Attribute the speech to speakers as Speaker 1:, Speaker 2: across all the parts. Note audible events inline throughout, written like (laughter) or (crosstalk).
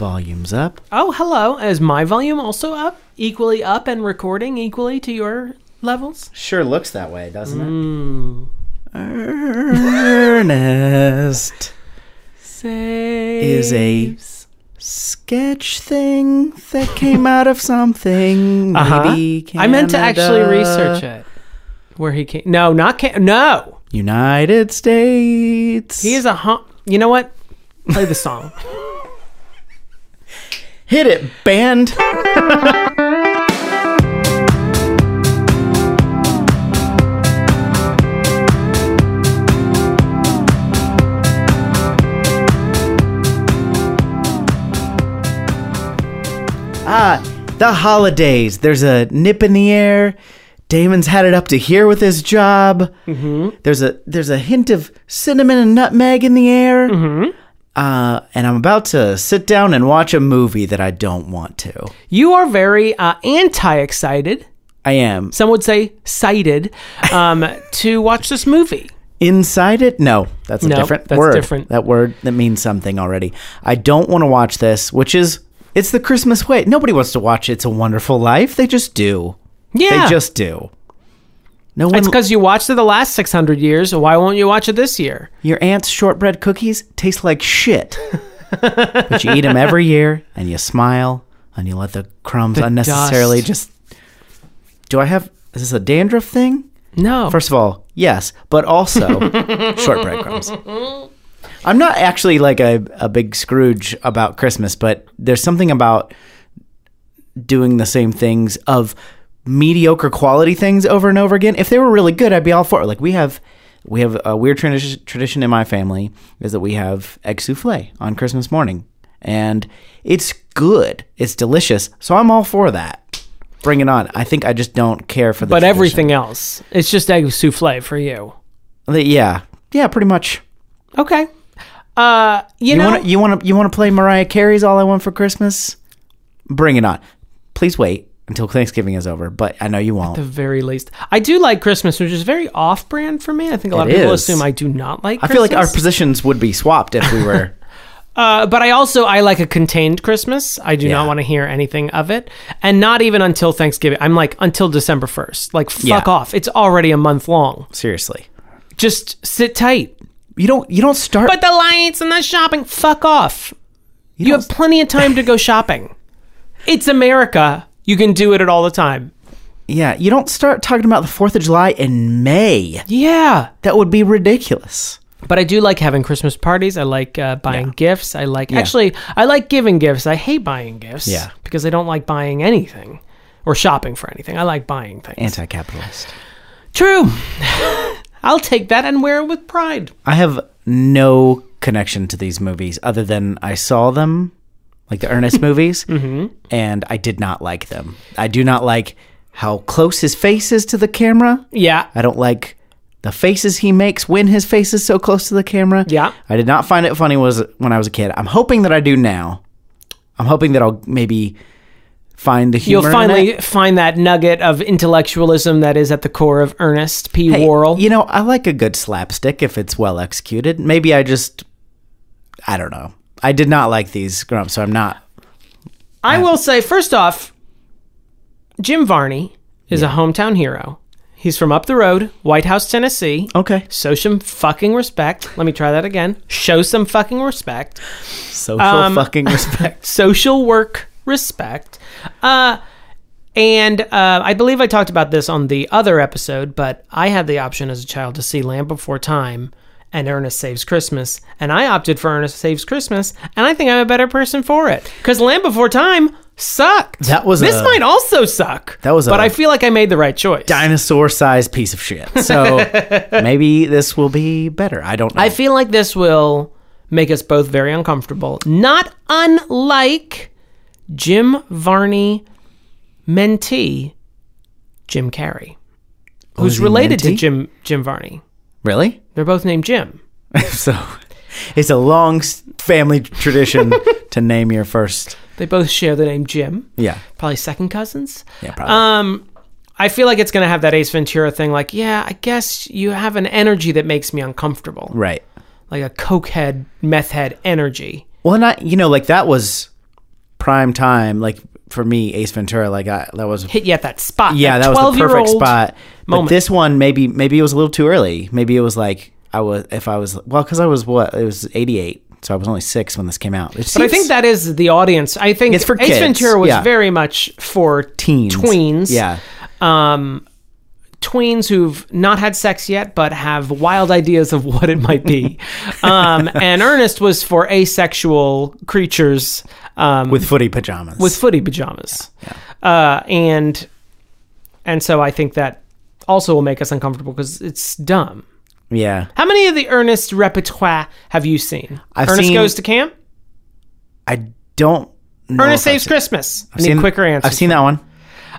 Speaker 1: volume's up.
Speaker 2: Oh, hello. Is my volume also up? Equally up and recording equally to your levels? Hmm.
Speaker 3: Sure looks that way, doesn't it?
Speaker 1: Mm. Ernest is a sketch thing that came out of something.
Speaker 2: Uh-huh.
Speaker 1: Maybe
Speaker 2: I meant to actually
Speaker 1: Canada.
Speaker 2: research it. Where he came? No, not can. No,
Speaker 1: United States.
Speaker 2: he is a hum. You know what? Play the
Speaker 1: (laughs)
Speaker 2: song.
Speaker 1: Hit it, band. Ah, the holidays. There's a nip in the air. Damon's had it up to here with his job. Mm-hmm. There's a there's a hint of cinnamon and nutmeg in the air. Uh, and I'm about to sit down and watch a movie that I don't want to.
Speaker 2: you are very uh, anti-excited.
Speaker 1: I am
Speaker 2: Some would say cited um, to watch this movie.
Speaker 1: inside it. No, that's a
Speaker 2: No,
Speaker 1: different
Speaker 2: that's
Speaker 1: word.
Speaker 2: different.
Speaker 1: That word that means something already. I don't want to watch this, which is it's the Christmas way. Nobody wants to watch It's a Wonderful Life. They just do.
Speaker 2: Yeah,
Speaker 1: They just do. No one.
Speaker 2: it's because you watched it the last six hundred years. Why won't you watch it this year?
Speaker 1: your aunt's shortbread cookies taste like
Speaker 2: (laughs)
Speaker 1: shit, but you eat them every year and you smile and you let the crumbs unnecessarily
Speaker 2: dust.
Speaker 1: just. Do I have? Is this a dandruff thing?
Speaker 2: No.
Speaker 1: First of all, yes, but
Speaker 2: (laughs)
Speaker 1: also shortbread crumbs. I'm not actually like a, a big Scrooge about Christmas, but there's something about doing the same things of mediocre quality things over and over again. If they were really good, I'd be all for it. Like we have we have a weird tradi- tradition in my family is that we have egg souffle on Christmas morning. And it's good. It's delicious. So I'm all for that. Bring it on. I think I just don't care for the
Speaker 2: but
Speaker 1: tradition.
Speaker 2: everything else, it's just egg souffle for you.
Speaker 1: The- Yeah, yeah, pretty much.
Speaker 2: Okay. Uh, you,
Speaker 1: You
Speaker 2: know,
Speaker 1: want to you want to you want to play Mariah Carey's "All I Want for Christmas"? Bring it on. Please wait until Thanksgiving is over, but I know you
Speaker 2: the
Speaker 1: won't.
Speaker 2: very least, I do like Christmas, which is very off-brand for me. I think a lot
Speaker 1: It
Speaker 2: of people
Speaker 1: is.
Speaker 2: assume I do not like.
Speaker 1: I
Speaker 2: Christmas.
Speaker 1: feel like our positions would be swapped if we
Speaker 2: (laughs)
Speaker 1: were.
Speaker 2: Uh, but I also I like a contained Christmas. I do
Speaker 1: Yeah.
Speaker 2: not want to hear anything of it, and not even until Thanksgiving. I'm like until December first. Like fuck
Speaker 1: Yeah.
Speaker 2: off. It's already a month long.
Speaker 1: seriously.
Speaker 2: Just sit tight.
Speaker 1: You don't you don't start.
Speaker 2: But the lights and the shopping. Fuck off. You,
Speaker 1: don't
Speaker 2: have plenty of time
Speaker 1: (laughs)
Speaker 2: to go shopping. It's America. You can do it at all the time.
Speaker 1: yeah, you don't start talking about the Fourth of July in May.
Speaker 2: Yeah.
Speaker 1: That would be ridiculous.
Speaker 2: But I do like having Christmas parties. I like uh, buying gifts. I like actually I like giving gifts. I hate buying gifts.
Speaker 1: Yeah.
Speaker 2: Because I don't like buying anything or shopping for anything. I like buying things.
Speaker 1: Anti-capitalist.
Speaker 2: True. (laughs) I'll take that and wear it with pride.
Speaker 1: I have no connection to these movies other than I saw them, like the
Speaker 2: (laughs)
Speaker 1: Ernest movies,
Speaker 2: Mm-hmm.
Speaker 1: and I did not like them. I do not like how close his face is to the camera.
Speaker 2: Yeah.
Speaker 1: I don't like the faces he makes when his face is so close to the camera.
Speaker 2: Yeah.
Speaker 1: I did not find it funny was when I was a kid. I'm hoping that I do now. I'm hoping that I'll maybe find the humor.
Speaker 2: You'll
Speaker 1: in
Speaker 2: finally
Speaker 1: it.
Speaker 2: find that nugget of intellectualism that is at the core of Ernest P.
Speaker 1: Hey,
Speaker 2: Worrell.
Speaker 1: You know, I like a good slapstick if it's well executed. Maybe I just, I don't know. I did not like these grumps, so I'm not.
Speaker 2: I will say, first off, Jim Varney is a hometown hero. He's from up the road, White House, Tennessee.
Speaker 1: Okay.
Speaker 2: Show some fucking respect. Let me try that again. Show some fucking respect.
Speaker 1: Social
Speaker 2: Um, (laughs)
Speaker 1: fucking respect.
Speaker 2: Social work respect. Uh, and uh, I believe I talked about this on the other episode, but I had the option as a child to see Lamb Before Time and Ernest Saves Christmas. And I opted for Ernest Saves Christmas, and I think I'm a better person for it. Because Lamb Before Time sucked.
Speaker 1: That was
Speaker 2: This
Speaker 1: a-
Speaker 2: might also suck.
Speaker 1: That was
Speaker 2: But
Speaker 1: a-
Speaker 2: I feel like I made the right choice.
Speaker 1: Dinosaur sized piece of shit.
Speaker 2: (laughs)
Speaker 1: So maybe this will be better. I don't know.
Speaker 2: I feel like this will make us both very uncomfortable, not unlike Jim Varney mentee Jim Carrey,
Speaker 1: Oh, is
Speaker 2: who's
Speaker 1: he
Speaker 2: related to
Speaker 1: mentee?
Speaker 2: Jim Jim Varney.
Speaker 1: really? (laughs)
Speaker 2: They're both named Jim.
Speaker 1: So it's a long s- family
Speaker 2: (laughs)
Speaker 1: tradition to name your first.
Speaker 2: They both share the name Jim.
Speaker 1: Yeah.
Speaker 2: Probably second cousins.
Speaker 1: Yeah, probably.
Speaker 2: Um, I feel like it's gonna have that Ace Ventura thing. Like, yeah, I guess you have an energy that makes me uncomfortable,
Speaker 1: right.
Speaker 2: like a cokehead, meth head energy.
Speaker 1: Well, not, you know, like that was prime time, like for me, Ace Ventura, like I, that was
Speaker 2: hit you at that spot.
Speaker 1: yeah, that was the perfect
Speaker 2: 12-year-old
Speaker 1: spot.
Speaker 2: moment.
Speaker 1: But this one, maybe maybe it was a little too early. Maybe it was like I was if I was well because I was what it was eighty eight, so I was only six when this came out. It
Speaker 2: But I
Speaker 1: seems-
Speaker 2: think that is the audience. I think
Speaker 1: It's for
Speaker 2: Ace
Speaker 1: kids,
Speaker 2: Ventura was
Speaker 1: yeah.
Speaker 2: very much for
Speaker 1: teens,
Speaker 2: tweens.
Speaker 1: yeah,
Speaker 2: um, tweens who've not had sex yet but have wild ideas of what it
Speaker 1: (laughs)
Speaker 2: might be. um, and Ernest was for asexual creatures um,
Speaker 1: with footy pajamas.
Speaker 2: with footy pajamas. Uh, and and so I think that also will make us uncomfortable because it's dumb.
Speaker 1: yeah,
Speaker 2: How many of the Ernest repertoire have you seen?
Speaker 1: I've
Speaker 2: Ernest
Speaker 1: seen-
Speaker 2: goes to camp.
Speaker 1: I don't. Know
Speaker 2: Ernest
Speaker 1: if I've
Speaker 2: saves
Speaker 1: seen-
Speaker 2: Christmas. I
Speaker 1: I've
Speaker 2: need
Speaker 1: seen-
Speaker 2: quicker answer.
Speaker 1: I've seen that one.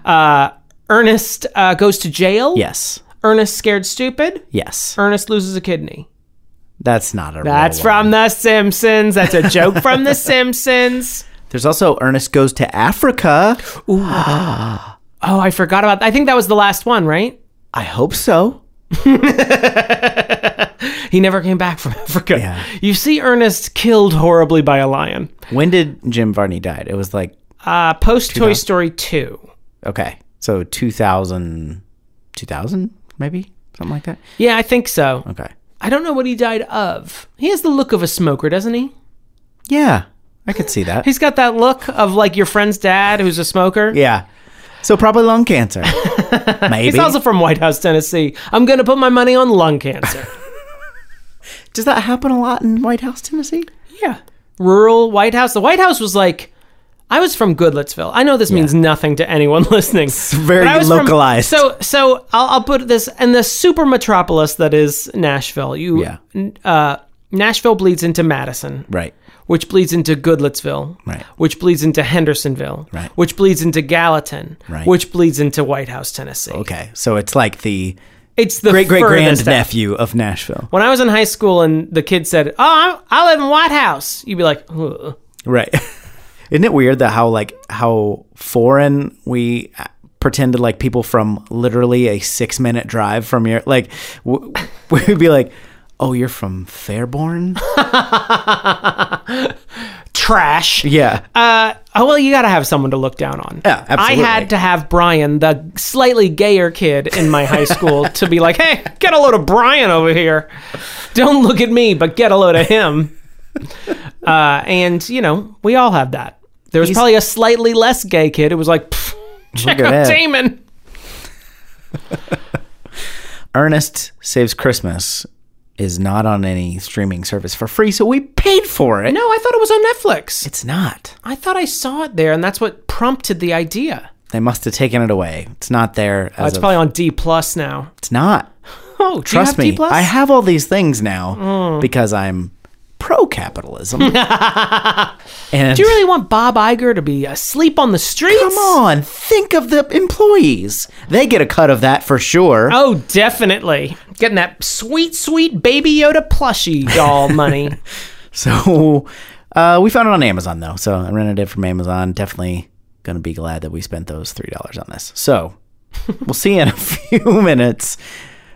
Speaker 2: Uh, Ernest uh, goes to jail.
Speaker 1: Yes,
Speaker 2: Ernest scared stupid.
Speaker 1: yes,
Speaker 2: Ernest loses a kidney.
Speaker 1: that's not a.
Speaker 2: That's
Speaker 1: real
Speaker 2: from The Simpsons. That's a joke from The (laughs) Simpsons.
Speaker 1: One. There's also Ernest goes to Africa.
Speaker 2: Oh, I forgot about. I think that was the last one, right?
Speaker 1: I hope so.
Speaker 2: He never came back from (laughs) Africa.
Speaker 1: Yeah.
Speaker 2: You see Ernest killed horribly by a lion.
Speaker 1: When did Jim Varney died? It was like
Speaker 2: Uh, post Toy Story 2.
Speaker 1: okay, so 2000, 2000 maybe something like that.
Speaker 2: Yeah, I think so.
Speaker 1: Okay.
Speaker 2: I don't know what he died of. He has the look of a smoker, doesn't he?
Speaker 1: Yeah, I could see (laughs) that.
Speaker 2: He's got that look of like your friend's dad who's a smoker.
Speaker 1: yeah. So probably lung (laughs) cancer. Maybe.
Speaker 2: He's also from White House, Tennessee. I'm going to put my money on lung cancer.
Speaker 1: Does that happen a lot in White House, Tennessee?
Speaker 2: yeah. Rural White House. The White House was like, I was from Goodlettsville. I know this means nothing to anyone (laughs) listening. It's
Speaker 1: very localized.
Speaker 2: so, so I'll, I'll put this in the super metropolis that is Nashville. You,
Speaker 1: Yeah.
Speaker 2: n- uh, Nashville bleeds into Madison,
Speaker 1: Right.
Speaker 2: which bleeds into Goodlettsville,
Speaker 1: Right.
Speaker 2: which bleeds into Hendersonville,
Speaker 1: Right.
Speaker 2: which bleeds into Gallatin,
Speaker 1: Right.
Speaker 2: which bleeds into White House, Tennessee.
Speaker 1: Okay. So it's like the
Speaker 2: It's the
Speaker 1: great great
Speaker 2: furthest
Speaker 1: grand
Speaker 2: out.
Speaker 1: nephew of Nashville.
Speaker 2: When I was in high school and the kid said, "Oh, I I live in White House," you'd be like, "Ugh."
Speaker 1: Right. (laughs) Isn't it weird that how like how foreign we uh, pretend to like people from literally a six minute drive from your like w- (laughs) we'd be like, oh, you're from Fairborn? (laughs)
Speaker 2: "Trash."
Speaker 1: yeah.
Speaker 2: Uh, oh well, you got to have someone to look down on.
Speaker 1: Yeah, absolutely.
Speaker 2: I had to have Brian, the slightly gayer kid in my
Speaker 1: (laughs)
Speaker 2: high school, to be like, "Hey, get a load of Brian over here. Don't look at me, but get a load of
Speaker 1: (laughs)
Speaker 2: him." Uh, and you know, we all have that. There was probably a slightly less gay kid. It was like, "Pfft, check
Speaker 1: at
Speaker 2: out
Speaker 1: that."
Speaker 2: Damon.
Speaker 1: Ernest Saves Christmas is not on any streaming service for free, so we paid for it.
Speaker 2: No, I thought it was on Netflix.
Speaker 1: It's not.
Speaker 2: I thought I saw it there, and that's what prompted the idea.
Speaker 1: They must have taken it away. It's not there. As
Speaker 2: It's
Speaker 1: of-
Speaker 2: probably on D plus now.
Speaker 1: it's not.
Speaker 2: Oh, do
Speaker 1: Trust
Speaker 2: you have
Speaker 1: me.
Speaker 2: D plus? Mm.
Speaker 1: I have all these things now because I'm pro
Speaker 2: (laughs)
Speaker 1: capitalism. and
Speaker 2: Do you really want Bob Iger to be asleep on the streets?
Speaker 1: come on, think of the employees. They get a cut of that for sure.
Speaker 2: Oh, definitely. Getting that sweet, sweet Baby Yoda plushie doll money.
Speaker 1: So uh, we found it on Amazon though. So I rented it from Amazon. Definitely gonna be glad that we spent those three dollars on this. (laughs) So we'll see you in a few (laughs) minutes.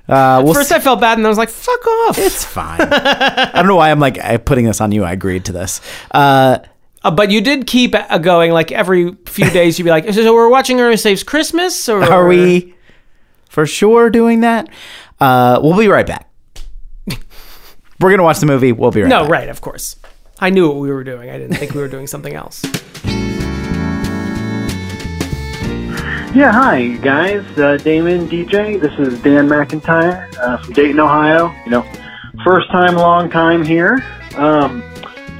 Speaker 1: Uh, we'll
Speaker 2: First,
Speaker 1: see-
Speaker 2: I felt bad, and I was like, "Fuck off."
Speaker 1: it's fine. (laughs) I don't know why I'm like I, putting this on you. I agreed to this. Uh,
Speaker 2: Uh, but you did keep uh, going. Like every few days, you'd be like, "So we're watching Ernest Saves Christmas, or
Speaker 1: are we for sure doing that? Uh, we'll be right (laughs) back. We're gonna watch the movie. We'll be right.
Speaker 2: No,
Speaker 1: back.
Speaker 2: right, of course. I knew what we were doing. I didn't think we were doing something else.
Speaker 4: Yeah, hi guys, uh, Damon DJ. This is Dan McIntyre uh, from Dayton, Ohio. You know, first time, long time here. Um,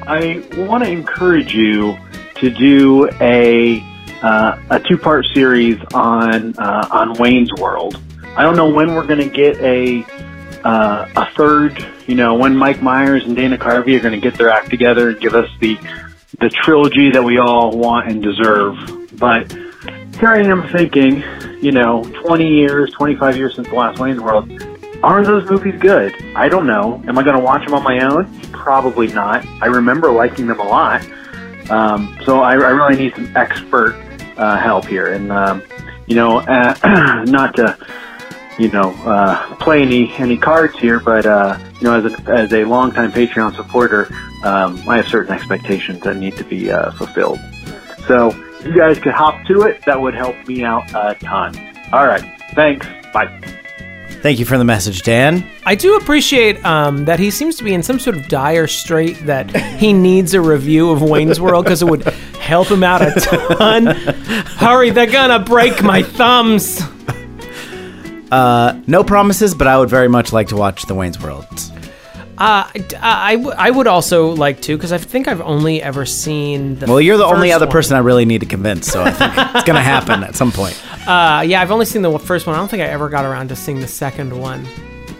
Speaker 4: I want to encourage you to do a uh, a two part series on uh, on Wayne's World. I don't know when we're going to get a uh, a third. You know, when Mike Myers and Dana Carvey are going to get their act together and give us the the trilogy that we all want and deserve. But here I am thinking, you know, 20 years, 25 years since the last Wayne's World, are those movies good? I don't know. Am I going to watch them on my own? Probably not. I remember liking them a lot. Um, so I, I really need some expert uh, help here. And, um, you know, uh, (clears throat) not to, you know, uh, play any, any cards here, but, uh, you know, as a, as a longtime Patreon supporter, um, I have certain expectations that need to be uh, fulfilled. So if you guys could hop to it, that would help me out a ton. All right. Thanks. Bye.
Speaker 1: Thank you for the message, Dan.
Speaker 2: I do appreciate um, that he seems to be in some sort of dire strait that he needs a review of Wayne's World because it would help him out a ton. Hurry, they're gonna break my thumbs.
Speaker 1: No promises, but I would very much like to watch The Wayne's World.
Speaker 2: Uh, I, I w- I would also like to because I think I've only ever seen the.
Speaker 1: Well, you're the only
Speaker 2: first
Speaker 1: other
Speaker 2: one.
Speaker 1: person I really need to convince, so I think it's
Speaker 2: (laughs)
Speaker 1: going to happen at some point.
Speaker 2: Uh, yeah, I've only seen the first one. I don't think I ever got around to seeing the second one.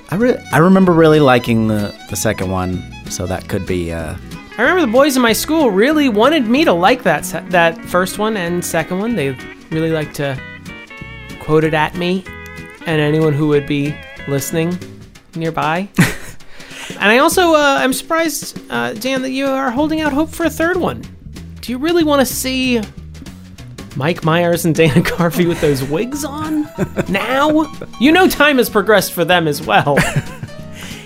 Speaker 1: I, re- I remember really liking the, the second one, so that could be. Uh,
Speaker 2: I remember the boys in my school really wanted me to like that se- that first one and second one. They really liked to quote it at me and anyone who would be listening nearby. and I also uh, I'm surprised, uh, Dan, that you are holding out hope for a third one. Do you really want to see Mike Myers and Dana Carvey with those wigs on now? You know time has progressed for them as well.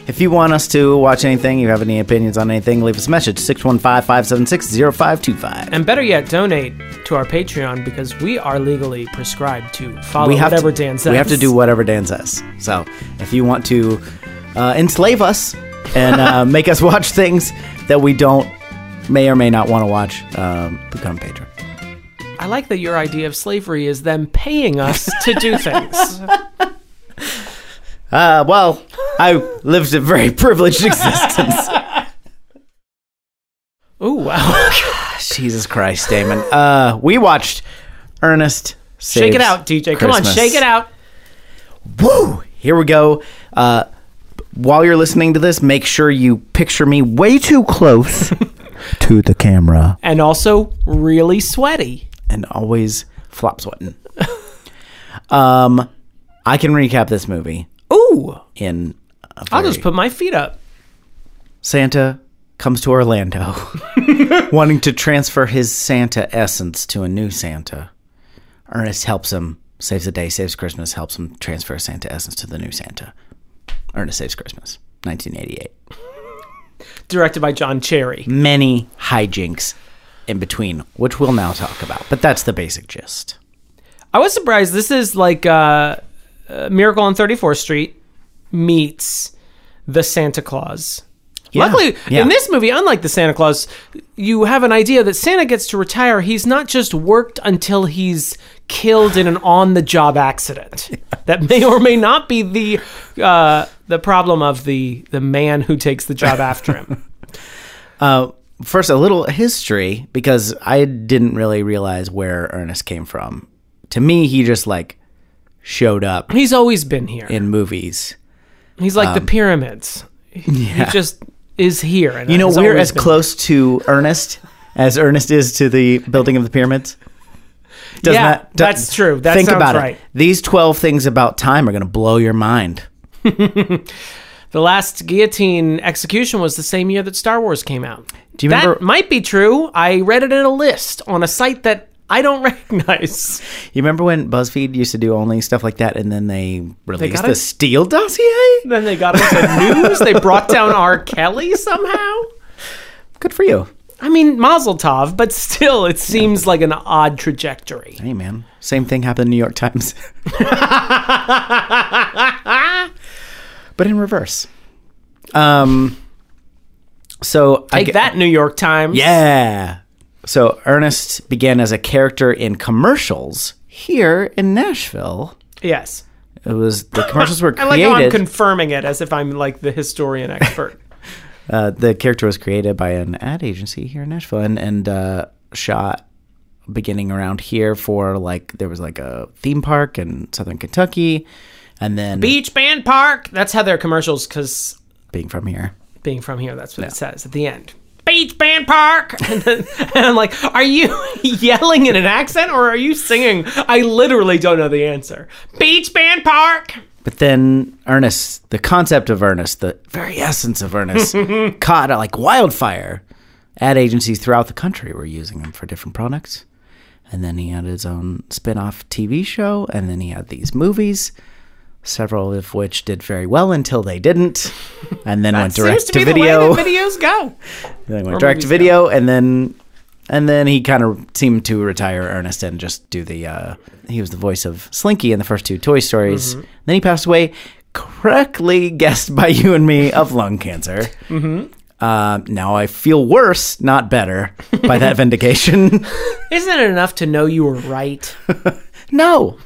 Speaker 1: If you want us to watch anything, you have any opinions on anything, leave us a message 615 576 0525.
Speaker 2: And better yet, donate to our Patreon because we are legally prescribed to follow
Speaker 1: we have
Speaker 2: whatever
Speaker 1: to,
Speaker 2: Dan says.
Speaker 1: We have to do whatever Dan says. So if you want to uh, enslave us and
Speaker 2: (laughs)
Speaker 1: uh, make us watch things that we don't may or may not want to watch, um, become a patron.
Speaker 2: I like that your idea of slavery is them paying us
Speaker 1: (laughs)
Speaker 2: to do things.
Speaker 1: Uh, well, I lived a very (laughs) privileged existence.
Speaker 2: Ooh, wow. (laughs)
Speaker 1: Jesus Christ, Damon. Uh, we watched Ernest.
Speaker 2: shake
Speaker 1: Saves
Speaker 2: it out, DJ. Come on,
Speaker 1: Christmas.
Speaker 2: shake it out.
Speaker 1: Woo! Here we go. Uh, while you're listening to this, make sure you picture me way too
Speaker 2: (laughs)
Speaker 1: close to the camera.
Speaker 2: And also, really sweaty.
Speaker 1: and always flop
Speaker 2: (laughs)
Speaker 1: sweating. um, I can recap this movie
Speaker 2: Ooh,
Speaker 1: in. A
Speaker 2: I'll
Speaker 1: very-
Speaker 2: just put my feet up.
Speaker 1: Santa comes to Orlando, wanting to transfer his Santa essence to a new Santa. Ernest helps him, saves the day, saves Christmas, helps him transfer Santa essence to the new Santa. Ernest saves Christmas, 1988.
Speaker 2: Directed by John Cherry.
Speaker 1: Many hijinks in between, which we'll now talk about, but that's the basic gist.
Speaker 2: I was surprised. This is like uh, uh, Miracle on 34th Street meets the Santa Claus. Luckily,
Speaker 1: Yeah.
Speaker 2: in this movie, unlike the Santa Claus, you have an idea that Santa gets to retire. He's not just worked until he's killed in an on-the-job
Speaker 1: (laughs)
Speaker 2: accident. That may or may not be the uh, the problem of the the man who takes the job
Speaker 1: (laughs)
Speaker 2: after him.
Speaker 1: first a little history because I didn't really realize where Ernest came from. To me, he just like showed up
Speaker 2: He's always been here.
Speaker 1: in um, movies.
Speaker 2: He's like the pyramids. He, he just is here. and
Speaker 1: You know,
Speaker 2: has
Speaker 1: we're as
Speaker 2: always been
Speaker 1: close to Ernest as Ernest is to the building of the pyramids. Does
Speaker 2: Yeah,
Speaker 1: not- do-
Speaker 2: that's true. That
Speaker 1: think
Speaker 2: sounds
Speaker 1: about
Speaker 2: right.
Speaker 1: it. These twelve things about time are going to blow your mind.
Speaker 2: The last guillotine execution was the same year that Star Wars came out.
Speaker 1: Do you
Speaker 2: that
Speaker 1: remember?
Speaker 2: might be true. I read it in a list on a site that I don't (laughs) recognize.
Speaker 1: You remember when BuzzFeed used to do only stuff like that, and then they released
Speaker 2: got
Speaker 1: the
Speaker 2: it?
Speaker 1: Steele dossier?
Speaker 2: then they got into news. They brought down (laughs) R. Kelly somehow.
Speaker 1: Good for you.
Speaker 2: I mean, Mazel Tov, but still, it seems like an odd trajectory.
Speaker 1: Hey, man. Same thing happened in the New York Times. (laughs) but in reverse. Um, so I
Speaker 2: Like
Speaker 1: ge-
Speaker 2: that New York Times.
Speaker 1: Yeah. So Ernest began as a character in commercials here in Nashville.
Speaker 2: Yes.
Speaker 1: It was the commercials were
Speaker 2: (laughs) I like
Speaker 1: created.
Speaker 2: how I'm confirming it as if I'm like the
Speaker 1: (laughs)
Speaker 2: historian expert.
Speaker 1: uh, the character was created by an ad agency here in Nashville and and uh, shot beginning around here for like there was like a theme park in Southern Kentucky, and then
Speaker 2: Beach Band Park. That's how their commercials, because
Speaker 1: being from here.
Speaker 2: being from here. That's what it says at the end. Beach Band Park. (laughs) And, then, and I'm like, are you (laughs) yelling in an accent or are you singing? I literally don't know the answer. Beach Band Park.
Speaker 1: But then Ernest, the concept of Ernest, the very essence of
Speaker 2: (laughs)
Speaker 1: Ernest, caught like wildfire. Ad agencies throughout the country were using him for different products. And then he had his own spin off TV show, and then he had these movies, several of which did very well until they didn't,
Speaker 2: (laughs)
Speaker 1: and then went direct
Speaker 2: Seems to, be
Speaker 1: (laughs) video.
Speaker 2: the way that videos go.
Speaker 1: Then went direct to
Speaker 2: movies
Speaker 1: video, and then And then he kind of seemed to retire Ernest and just do the. Uh, he was the voice of Slinky in the first two Toy Stories. Then he passed away, correctly guessed by you and me, of lung cancer. Mm-hmm. Uh, now I feel worse, not better, by that vindication.
Speaker 2: Isn't it enough to know you were right?
Speaker 1: no.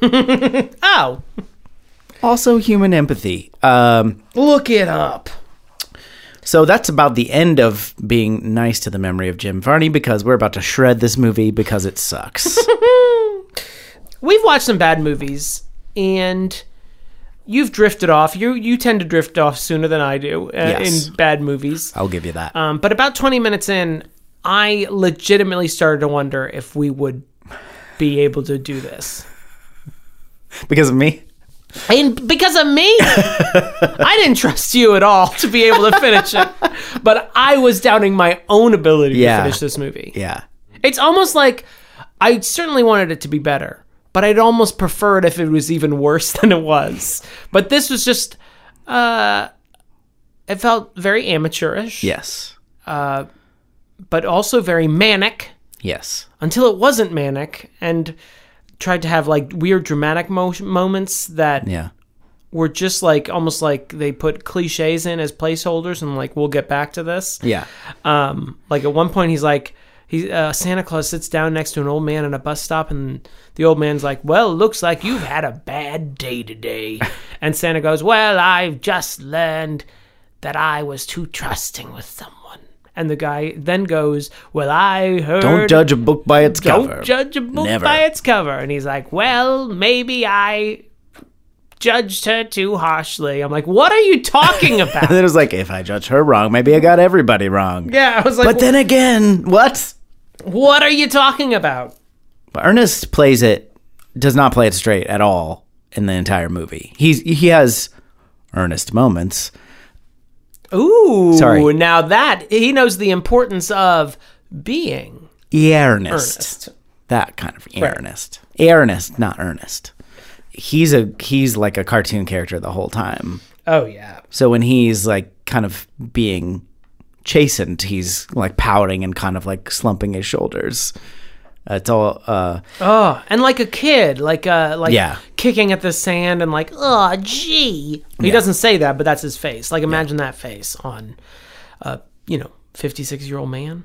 Speaker 2: Oh,
Speaker 1: Also, human empathy. Um,
Speaker 2: look it up.
Speaker 1: So that's about the end of being nice to the memory of Jim Varney because we're about to shred this movie because it sucks.
Speaker 2: We've watched some bad movies, and you've drifted off. You you tend to drift off sooner than I do uh,
Speaker 1: Yes.
Speaker 2: in bad movies.
Speaker 1: I'll give you that.
Speaker 2: Um, but about 20 minutes in, I legitimately started to wonder if we would be able to do this.
Speaker 1: because of me?
Speaker 2: And because of me, I didn't trust you at all to be able to finish it. But I was doubting my own ability
Speaker 1: Yeah.
Speaker 2: to finish this movie.
Speaker 1: Yeah.
Speaker 2: It's almost like I certainly wanted it to be better, but I'd almost prefer it if it was even worse than it was. But this was just, uh, it felt very amateurish,
Speaker 1: Yes.
Speaker 2: but also very manic
Speaker 1: Yes.
Speaker 2: until it wasn't manic and tried to have like weird dramatic mo- moments that
Speaker 1: Yeah.
Speaker 2: were just like almost like they put cliches in as placeholders and like we'll get back to this.
Speaker 1: Yeah.
Speaker 2: Um, like at one point, he's like, he uh, Santa Claus sits down next to an old man at a bus stop, and the old man's like, "Well, looks like you've had a bad
Speaker 1: (laughs)
Speaker 2: day today." and Santa goes, "Well, I've just learned that I was too trusting with someone." And the guy then goes, "Well, I heard."
Speaker 1: Don't judge a book by its
Speaker 2: Don't
Speaker 1: cover.
Speaker 2: judge a book
Speaker 1: Never.
Speaker 2: by its cover. And he's like, well, maybe I judged her too harshly. I'm like, what are you
Speaker 1: (laughs)
Speaker 2: talking
Speaker 1: And
Speaker 2: about?
Speaker 1: then it was like, if I judge her wrong, maybe I got everybody wrong.
Speaker 2: yeah, I was like,
Speaker 1: But then again, what?
Speaker 2: what are you talking about?
Speaker 1: But Ernest plays it, does not play it straight at all in the entire movie. He's he has earnest moments.
Speaker 2: Ooh,
Speaker 1: Sorry.
Speaker 2: Now that he knows the importance of being
Speaker 1: Yeah, earnest.
Speaker 2: earnest.
Speaker 1: that kind of Ernest. Ernest, not Ernest. He's a he's like a cartoon character the whole time.
Speaker 2: Oh yeah,
Speaker 1: So when he's like kind of being chastened, he's like pouting and kind of like slumping his shoulders. Uh, it's all uh
Speaker 2: oh, and like a kid, like uh, like
Speaker 1: Yeah.
Speaker 2: kicking at the sand and like, oh gee, he doesn't say that, but that's his face. Like imagine that face on, uh, you know, fifty-six year old man.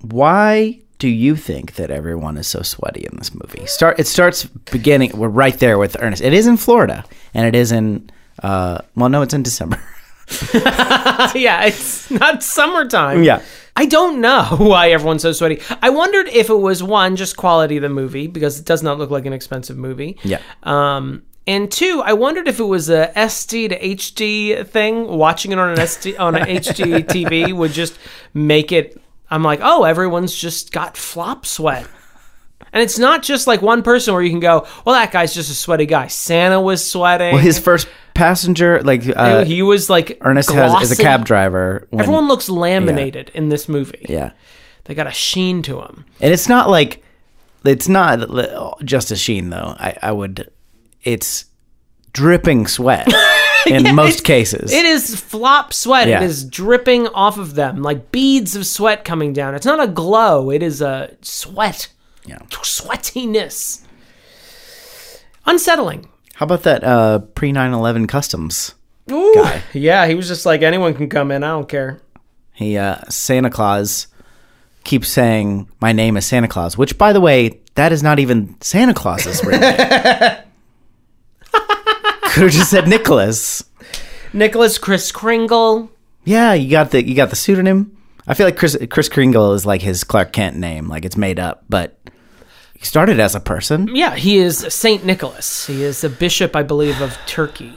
Speaker 1: why do you think that everyone is so sweaty in this movie? Start it starts beginning we're right there with Ernest. It is in Florida and it is in uh well no, it's in December. (laughs)
Speaker 2: (laughs) yeah, it's not summertime.
Speaker 1: Yeah.
Speaker 2: I don't know (laughs) why everyone's so sweaty. I wondered if it was one, just quality of the movie, because it does not look like an expensive movie.
Speaker 1: Yeah.
Speaker 2: Um, and two, I wondered if it was a SD to HD thing. Watching it on an SD on
Speaker 1: (laughs)
Speaker 2: an HD TV would just make it. I'm like, oh, everyone's just got flop sweat. And it's not just like one person where you can go, well, that guy's just a sweaty guy. Santa was sweating.
Speaker 1: His first passenger like uh,
Speaker 2: he was like
Speaker 1: Ernest has, is a
Speaker 2: glossy.
Speaker 1: cab driver. when-
Speaker 2: Everyone looks laminated in this movie.
Speaker 1: yeah.
Speaker 2: They got a sheen to them.
Speaker 1: And it's not like it's not li- just a sheen though. I, I would it's dripping
Speaker 2: (laughs)
Speaker 1: sweat in most cases.
Speaker 2: It is flop sweat.
Speaker 1: Yeah.
Speaker 2: It is dripping off of them like beads of sweat coming down. It's not a glow. It is a sweat.
Speaker 1: Yeah.
Speaker 2: Sweatiness. Unsettling.
Speaker 1: How about that uh, pre 9/11 customs?
Speaker 2: Ooh. Yeah, he was just like anyone can come in. I don't care.
Speaker 1: He uh, Santa Claus keeps saying my name is Santa Claus, which by the way, that is not even Santa Claus's real
Speaker 2: (laughs)
Speaker 1: name. Could have just said Nicholas.
Speaker 2: Nicholas Chris Kringle.
Speaker 1: Yeah, you got the you got the pseudonym. I feel like Chris Chris Kringle is like his Clark Kent name, like it's made up, but he started as a person.
Speaker 2: Yeah, he is Saint Nicholas. He is a bishop, I believe, of Turkey.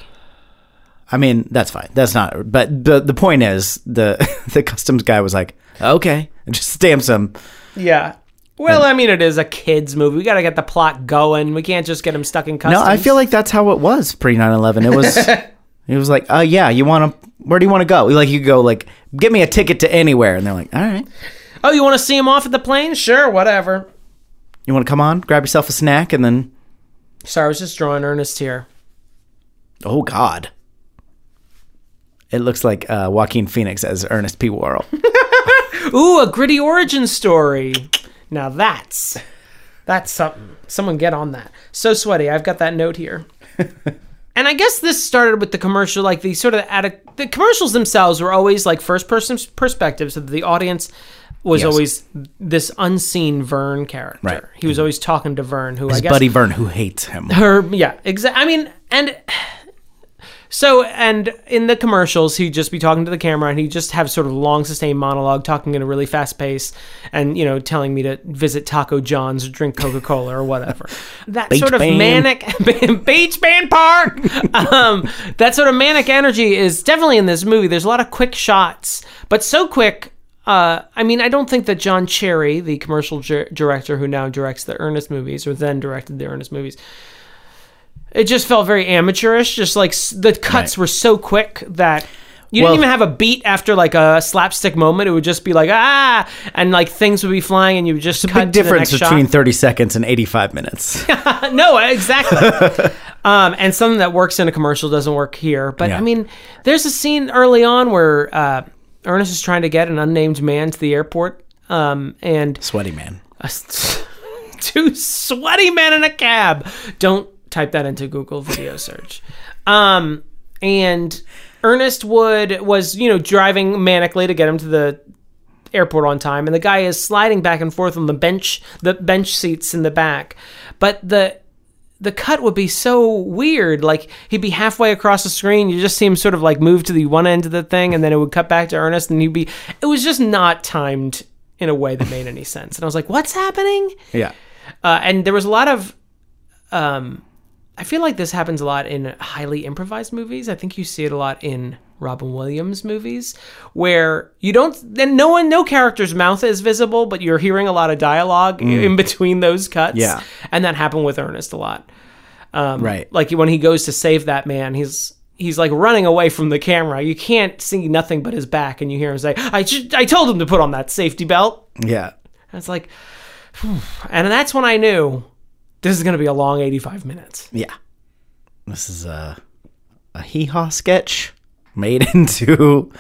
Speaker 1: I mean, that's fine. That's not. But the the point is, the (laughs) the customs guy was like, okay, (laughs) and just stamps him.
Speaker 2: Yeah. Well, I mean, it is a kids' movie. We got to get the plot going. We can't just get him stuck in
Speaker 1: No,
Speaker 2: customs.
Speaker 1: I feel like that's how it was pre 9-11. It was it was like, oh yeah, you want to? Where do you want to go? Like you go like, get me a ticket to anywhere, and they're like, all right,
Speaker 2: Oh, you want to see him off at the plane? Sure, whatever.
Speaker 1: you want to come on, grab yourself a snack, and then
Speaker 2: Sorry, I was just drawing Ernest here.
Speaker 1: oh god.
Speaker 2: (laughs)
Speaker 1: It looks like uh, Joaquin Phoenix as Ernest P. Worrell.
Speaker 2: Ooh, a gritty origin story. Now that's that's something. Someone get on that. So sweaty. I've got that
Speaker 1: (laughs)
Speaker 2: note here. and I guess this started with the commercial, like the sort of ad- the commercials themselves were always like first person perspective, so the audience was
Speaker 1: Yes.
Speaker 2: always this unseen Vern character.
Speaker 1: Right. Mm-hmm.
Speaker 2: He was always talking to Vern, who I
Speaker 1: His
Speaker 2: guess
Speaker 1: buddy Vern, who hates him.
Speaker 2: her yeah exactly i mean and so and in the commercials he'd just be talking to the camera and he'd just have sort of long sustained monologue talking at a really fast pace and you know telling me to visit taco john's or drink coca-cola or whatever that sort of
Speaker 1: band.
Speaker 2: manic (laughs) beach band park um, that sort of manic energy is definitely in this movie there's a lot of quick shots but so quick uh, I mean, I don't think that John Cherry, the commercial dir- director who now directs the Ernest movies, or then directed the Ernest movies, it just felt very amateurish. Just like s- the cuts
Speaker 1: Right.
Speaker 2: were so quick that you
Speaker 1: Well-
Speaker 2: didn't even have a beat after like a slapstick moment. It would just be like ah, and like things would be flying, and you would just cut
Speaker 1: Big difference
Speaker 2: to the next
Speaker 1: between
Speaker 2: shot.
Speaker 1: 30 seconds and 85
Speaker 2: (laughs)
Speaker 1: minutes.
Speaker 2: no, exactly.
Speaker 1: (laughs)
Speaker 2: um, and something that works in a commercial doesn't work here. But
Speaker 1: Yeah.
Speaker 2: I mean, there's a scene early on where uh, Ernest is trying to get an unnamed man to the airport, um, and
Speaker 1: Sweaty man.
Speaker 2: (laughs) two sweaty men in a cab. Don't type that into Google video search. Um, and Ernest Wood was, you know, driving manically to get him to the airport on time, and the guy is sliding back and forth on the bench, the bench seats in the back. But the the cut would be so weird. Like he'd be halfway across the screen, you just see him sort of like move to the one end of the thing, and then it would cut back to Ernest, and he'd be. It was just not timed in a way that made any sense. And I was like, "What's happening?"
Speaker 1: Yeah.
Speaker 2: Uh, and there was a lot of, um, I feel like this happens a lot in highly improvised movies. I think you see it a lot in Robin Williams movies where you don't, then no one, no character's mouth is visible, but you're hearing a lot of dialogue in between those cuts.
Speaker 1: Yeah.
Speaker 2: And that happened with Ernest a lot. Um,
Speaker 1: Right.
Speaker 2: Like when he goes to save that man, he's he's like running away from the camera. You can't see nothing but his back, and you hear him say, "I ju- I told him to put on that safety belt."
Speaker 1: yeah.
Speaker 2: And it's like, phew. and that's when I knew this is going to be a long 85 minutes.
Speaker 1: Yeah. This is a a hee haw sketch made (laughs) into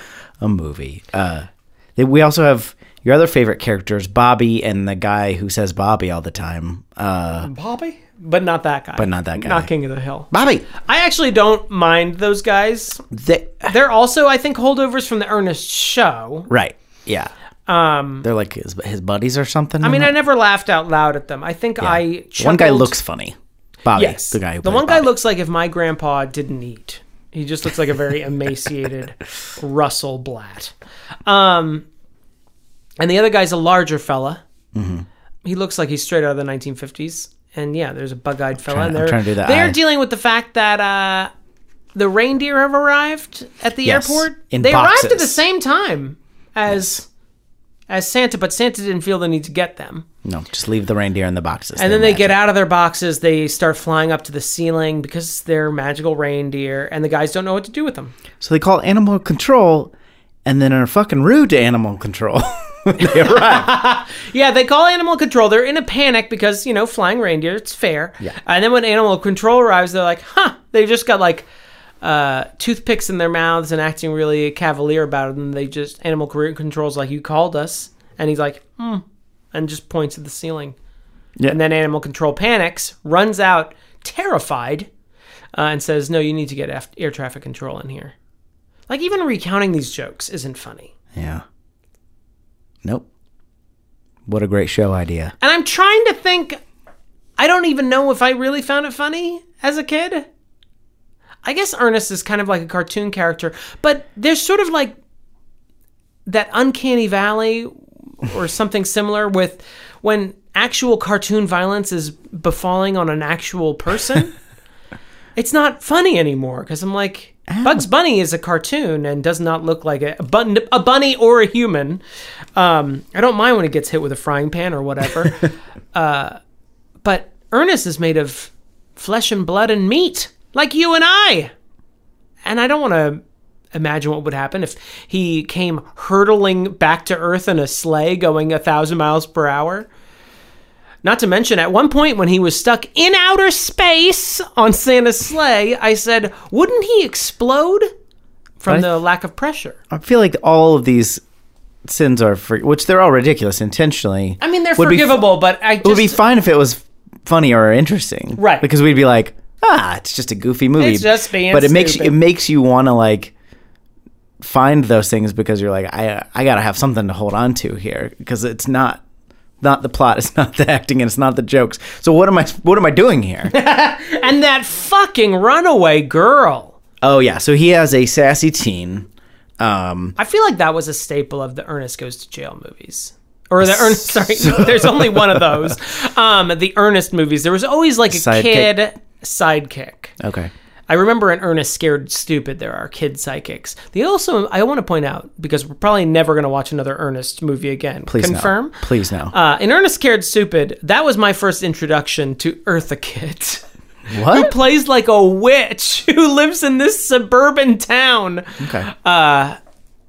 Speaker 1: a movie. Uh then we also have your other favorite characters, Bobby and the guy who says Bobby all the time. Uh
Speaker 2: Bobby? But not that guy.
Speaker 1: But not that guy.
Speaker 2: Not King of the Hill.
Speaker 1: Bobby.
Speaker 2: I actually don't mind
Speaker 1: (laughs)
Speaker 2: those guys.
Speaker 1: They,
Speaker 2: They're also, I think, holdovers from the Ernest show.
Speaker 1: right. Yeah.
Speaker 2: Um,
Speaker 1: They're like his, his buddies or something.
Speaker 2: I mean, I never laughed out loud at them. I think I.
Speaker 1: Mm-hmm. one guy
Speaker 2: chuckled-
Speaker 1: looks funny. Bobby,
Speaker 2: Yes.
Speaker 1: the guy who
Speaker 2: the
Speaker 1: plays
Speaker 2: one guy
Speaker 1: Bobby.
Speaker 2: looks like if my grandpa didn't eat. He just looks like
Speaker 1: (laughs)
Speaker 2: a very emaciated Russell Blatt. Um, and the other guy's a larger fella.
Speaker 1: Mm-hmm.
Speaker 2: He looks like he's straight out of the 1950s. And yeah, there's a bug-eyed fella.
Speaker 1: trying-
Speaker 2: and
Speaker 1: I'm
Speaker 2: they're,
Speaker 1: trying to do the
Speaker 2: They're
Speaker 1: eye.
Speaker 2: dealing with the fact that uh, the reindeer have arrived at the
Speaker 1: Yes,
Speaker 2: airport.
Speaker 1: in
Speaker 2: they arrived at the
Speaker 1: boxes.
Speaker 2: same time as as Santa, but Santa didn't feel the need to get them.
Speaker 1: No, just leave the reindeer in the boxes.
Speaker 2: And then they get out of their boxes. They start flying up to the ceiling because they're magical reindeer, and the guys don't know what to do with them.
Speaker 1: So they call animal control and then are fucking rude to animal control. (laughs) when they
Speaker 2: (laughs)
Speaker 1: arrive.
Speaker 2: Yeah, they call animal control. They're in a panic because you know flying reindeer. It's fair. Yeah. And then when animal control arrives, they're like, "Huh." They've just got like uh, toothpicks in their mouths and acting really cavalier about it. And they just animal career controls like, "You called us," and he's like, "Hmm," and just points at the ceiling.
Speaker 1: Yeah.
Speaker 2: And then animal control panics, runs out terrified, uh, and says, "No, you need to get af- air traffic control in here." Like even recounting these jokes isn't funny.
Speaker 1: Yeah. Nope. What a great show idea.
Speaker 2: And I'm trying to think. I don't even know if I really found it funny as a kid. I guess Ernest is kind of like a cartoon character, but there's sort of like that uncanny valley or something similar with when actual cartoon violence is befalling on an actual person. it's not funny anymore because I'm like, Bugs Bunny is a cartoon and does not look like a, a, bun- a bunny or a human. Um, I don't mind when it gets hit with a frying pan
Speaker 1: (laughs)
Speaker 2: or whatever. uh, but Ernest is made of flesh and blood and meat, like you and I. And I don't want to imagine what would happen if he came hurtling back to Earth in a sleigh going a thousand miles per hour. Not to mention, at one point when he was stuck in outer space on Santa's sleigh, I said, wouldn't he explode from
Speaker 1: I-
Speaker 2: the lack of pressure?
Speaker 1: I feel like all of these sins are for, which they're all ridiculous intentionally.
Speaker 2: I mean, they're
Speaker 1: Would be f-
Speaker 2: forgivable, but I just,
Speaker 1: it would be fine if it was funny or interesting,
Speaker 2: Right.
Speaker 1: Because we'd be like, ah, it's just a goofy movie.
Speaker 2: It's just being
Speaker 1: but it makes
Speaker 2: stupid.
Speaker 1: it makes you want to like find those things because you're like, I I gotta have something to hold on to here because it's not not the plot, (laughs) it's not the acting, and it's not the jokes. So what am I what am I doing
Speaker 2: (laughs)
Speaker 1: here?
Speaker 2: and that fucking runaway girl.
Speaker 1: oh yeah, so he has a sassy teen. Um,
Speaker 2: I feel like that was a staple of the Ernest Goes to Jail movies. Or the Ernest, (laughs) sorry, there's only one of those. Um, the Ernest movies. There was always like a
Speaker 1: Sidekick.
Speaker 2: kid sidekick.
Speaker 1: okay.
Speaker 2: I remember in Ernest Scared Stupid, there are kid psychics. They also, I want to point out, because we're probably never going to watch another Ernest movie again.
Speaker 1: Please no.
Speaker 2: Confirm?
Speaker 1: Please no.
Speaker 2: Uh, in Ernest Scared Stupid, that was my first introduction to Eartha Kitt. (laughs) Who
Speaker 1: what?
Speaker 2: plays like a witch (laughs) who lives in this suburban town.
Speaker 1: Okay.
Speaker 2: Uh,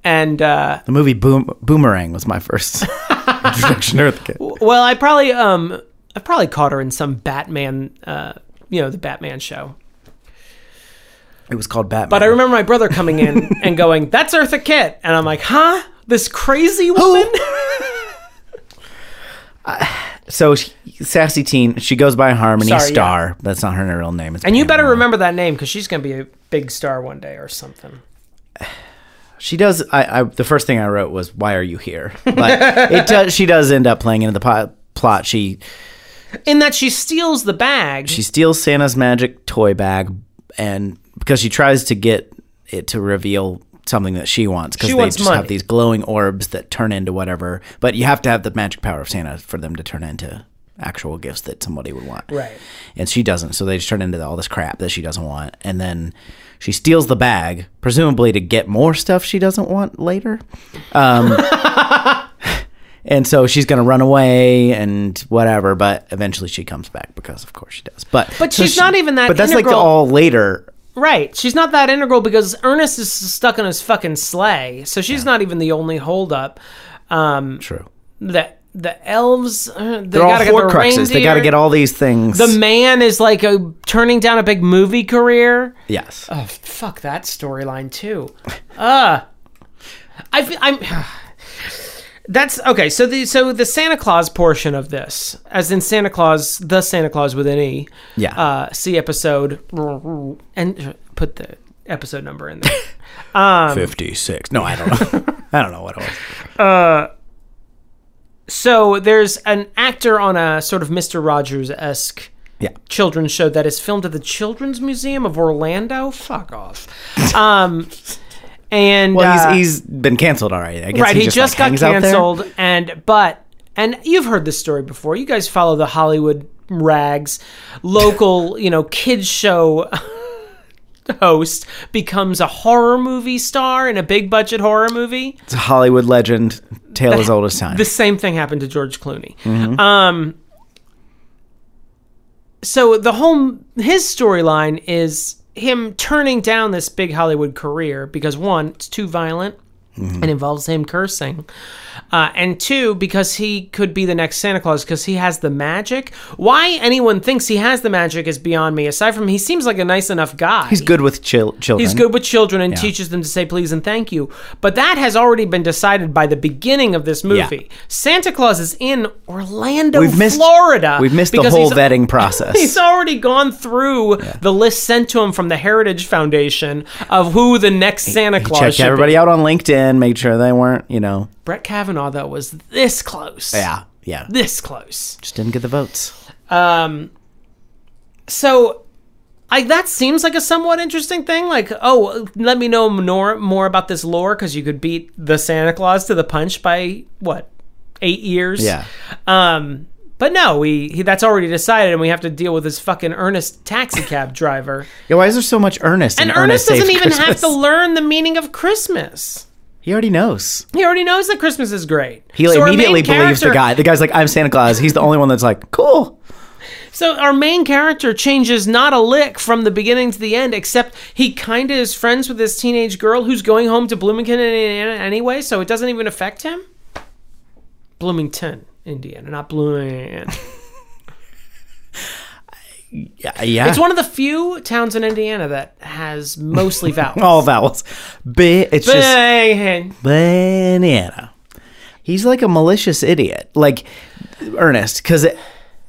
Speaker 2: And, uh,
Speaker 1: the movie Boom, Boomerang was my
Speaker 2: (laughs)
Speaker 1: first introduction to Earth Kid.
Speaker 2: well, I probably, um, I probably caught her in some Batman, uh, you know, the Batman show.
Speaker 1: It was called Batman.
Speaker 2: But I remember my brother
Speaker 1: (laughs)
Speaker 2: coming in and going, "That's Eartha Kitt," and I'm like, "Huh? This crazy woman?" (laughs)
Speaker 1: So she, sassy teen, she goes by Harmony
Speaker 2: Sorry,
Speaker 1: Star. That's not her real name. It's
Speaker 2: and you better
Speaker 1: Pamela.
Speaker 2: remember that name because she's gonna be a big star one day or something.
Speaker 1: She does. I, I the first thing I wrote was "Why are you here?" But it does. She does end up playing into the po- plot. She
Speaker 2: In that she steals the bag.
Speaker 1: she steals Santa's magic toy bag, and because she tries to get it to reveal something that she wants, because
Speaker 2: She
Speaker 1: they
Speaker 2: wants
Speaker 1: just
Speaker 2: money.
Speaker 1: have these glowing orbs that turn into whatever. But you have to have the magic power of Santa for them to turn into actual gifts that somebody would want.
Speaker 2: Right.
Speaker 1: and she doesn't. So they just turn into all this crap that she doesn't want. And then she steals the bag, presumably to get more stuff she doesn't want later. Um, and so she's going to run away and whatever. But eventually she comes back because, of course, she does. But
Speaker 2: But
Speaker 1: so
Speaker 2: she's not even that
Speaker 1: But that's like
Speaker 2: integral-
Speaker 1: all later.
Speaker 2: Right. She's not that integral because Ernest is stuck on his fucking sleigh, so she's not even the only holdup. Um,
Speaker 1: True.
Speaker 2: the the elves, uh, they
Speaker 1: They're all
Speaker 2: gotta get the
Speaker 1: Horcruxes. They got to
Speaker 2: reindeer.
Speaker 1: get all these things.
Speaker 2: The man is like a, turning down a big movie career.
Speaker 1: yes.
Speaker 2: Oh, fuck that storyline too. Uh I fe- I'm (sighs) That's okay. So the so the Santa Claus portion of this, as in Santa Claus, the Santa Claus with an E.
Speaker 1: Yeah.
Speaker 2: Uh, see episode and uh, put the episode number in (laughs) there. um,
Speaker 1: 56. No, I don't know. (laughs) I don't know what it was.
Speaker 2: so there's an actor on a sort of Mister Rogers esque
Speaker 1: Yeah.
Speaker 2: children's show that is filmed at the Children's Museum of Orlando. Fuck off. Um, and
Speaker 1: Well,
Speaker 2: uh,
Speaker 1: he's, he's been canceled already. I guess
Speaker 2: right. He,
Speaker 1: just,
Speaker 2: just
Speaker 1: like, hangs
Speaker 2: got
Speaker 1: out there.
Speaker 2: canceled, and but and you've heard this story before. You guys follow the Hollywood rags, local (laughs) you know kids show (laughs) host becomes a horror movie star in a big budget horror movie.
Speaker 1: It's a Hollywood legend, tale as old as time.
Speaker 2: The same thing happened to George Clooney. Um, so the whole his storyline is him turning down this big Hollywood career because one, it's too violent and involves him cursing, uh, and two, because he could be the next Santa Claus because he has the magic. Why anyone thinks he has the magic is beyond me. Aside from he seems like a nice enough guy.
Speaker 1: He's good with chil- children.
Speaker 2: He's good with children and teaches them to say please and thank you. But that has already been decided by the beginning of this movie. Santa Claus is in Orlando,
Speaker 1: We've missed-
Speaker 2: Florida.
Speaker 1: We've missed the
Speaker 2: uh, because
Speaker 1: whole
Speaker 2: he's-
Speaker 1: vetting process.
Speaker 2: (laughs) He's already gone through the list sent to him from the Heritage Foundation of who the next Santa Claus
Speaker 1: Checked
Speaker 2: should be.
Speaker 1: everybody out on LinkedIn, made sure they weren't, you know.
Speaker 2: Brett Kavanaugh, though, was this close.
Speaker 1: Yeah, yeah.
Speaker 2: This close.
Speaker 1: Just didn't get the votes.
Speaker 2: Um, so I that seems like a somewhat interesting thing. Like, oh, let me know more more about this lore because you could beat the Santa Claus to the punch by what eight years?
Speaker 1: Yeah.
Speaker 2: Um, but no, we he, that's already decided, and we have to deal with this fucking Ernest taxi
Speaker 1: (laughs)
Speaker 2: cab driver.
Speaker 1: Yeah, why is there so much Ernest?
Speaker 2: and
Speaker 1: in
Speaker 2: Ernest doesn't
Speaker 1: Saves
Speaker 2: even have
Speaker 1: Christmas?
Speaker 2: to learn the meaning of Christmas.
Speaker 1: (laughs) He already knows.
Speaker 2: He already knows that Christmas is great.
Speaker 1: He
Speaker 2: So our main
Speaker 1: immediately believes the
Speaker 2: character-
Speaker 1: guy. The guy's like, I'm Santa Claus. He's the only one that's like, cool.
Speaker 2: So our main character changes not a lick from the beginning to the end, except he kind of is friends with this teenage girl who's going home to Bloomington, Indiana anyway, so it doesn't even affect him. Bloomington, Indiana, not (laughs) Bloomington.
Speaker 1: Yeah, Uh, yeah.
Speaker 2: It's one of the few towns in Indiana that has (laughs) mostly vowels.
Speaker 1: all vowels. Ba- it's just
Speaker 2: Bloomington.
Speaker 1: banana. he's like a malicious idiot, like Ernest, because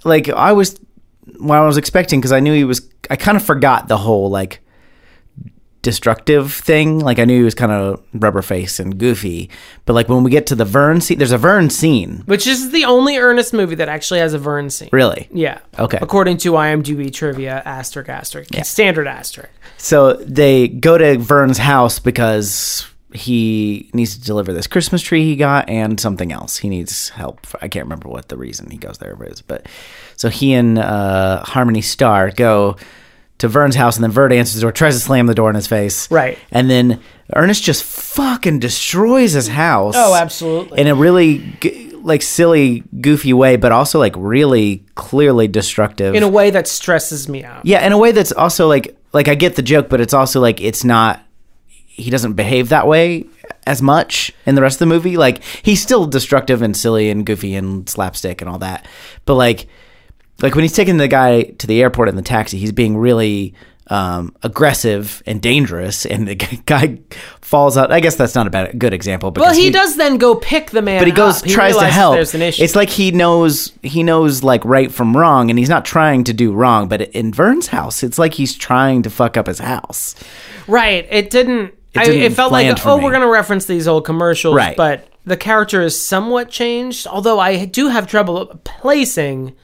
Speaker 1: like I was what I was expecting because I knew he was. I kind of forgot the whole like destructive thing. Like I knew he was kind of rubber faced and goofy, but like when we get to the Vern scene, there's a Vern scene.
Speaker 2: Which is the only Ernest movie that actually has a Vern scene.
Speaker 1: Really?
Speaker 2: Yeah.
Speaker 1: Okay.
Speaker 2: According to IMDb trivia, asterisk, asterisk, standard asterisk.
Speaker 1: So they go to Vern's house because he needs to deliver this Christmas tree he got and something else. He needs help. I can't remember what the reason he goes there is, but so he and uh, Harmony Star go to Vern's house, and then Vern answers the door, tries to slam the door in his face,
Speaker 2: Right.
Speaker 1: and then Ernest just fucking destroys his house.
Speaker 2: Oh, absolutely.
Speaker 1: In a really g- like silly, goofy way, but also like really clearly destructive
Speaker 2: In a way that stresses me out.
Speaker 1: yeah, in a way that's also like like I get the joke, but it's also like it's not he doesn't behave that way as much in the rest of the movie. Like he's still destructive and silly and goofy and slapstick and all that. But like like when he's taking the guy to the airport in the taxi, he's being really um, aggressive and dangerous, and the (laughs) guy falls out. I guess that's not a bad, good example.
Speaker 2: Well,
Speaker 1: because
Speaker 2: he, does then go pick the man.
Speaker 1: but he goes
Speaker 2: up. He
Speaker 1: tries to
Speaker 2: realizes
Speaker 1: help.
Speaker 2: There's an issue.
Speaker 1: It's like he knows he knows like right from wrong, and he's not trying to do wrong. But in Vern's house, it's like he's trying to fuck up his house.
Speaker 2: right. It didn't. It, I,
Speaker 1: didn't
Speaker 2: it felt
Speaker 1: land
Speaker 2: like
Speaker 1: for
Speaker 2: oh,
Speaker 1: me.
Speaker 2: we're gonna reference these old commercials,
Speaker 1: Right.
Speaker 2: But the character is somewhat changed. Although I do have trouble placing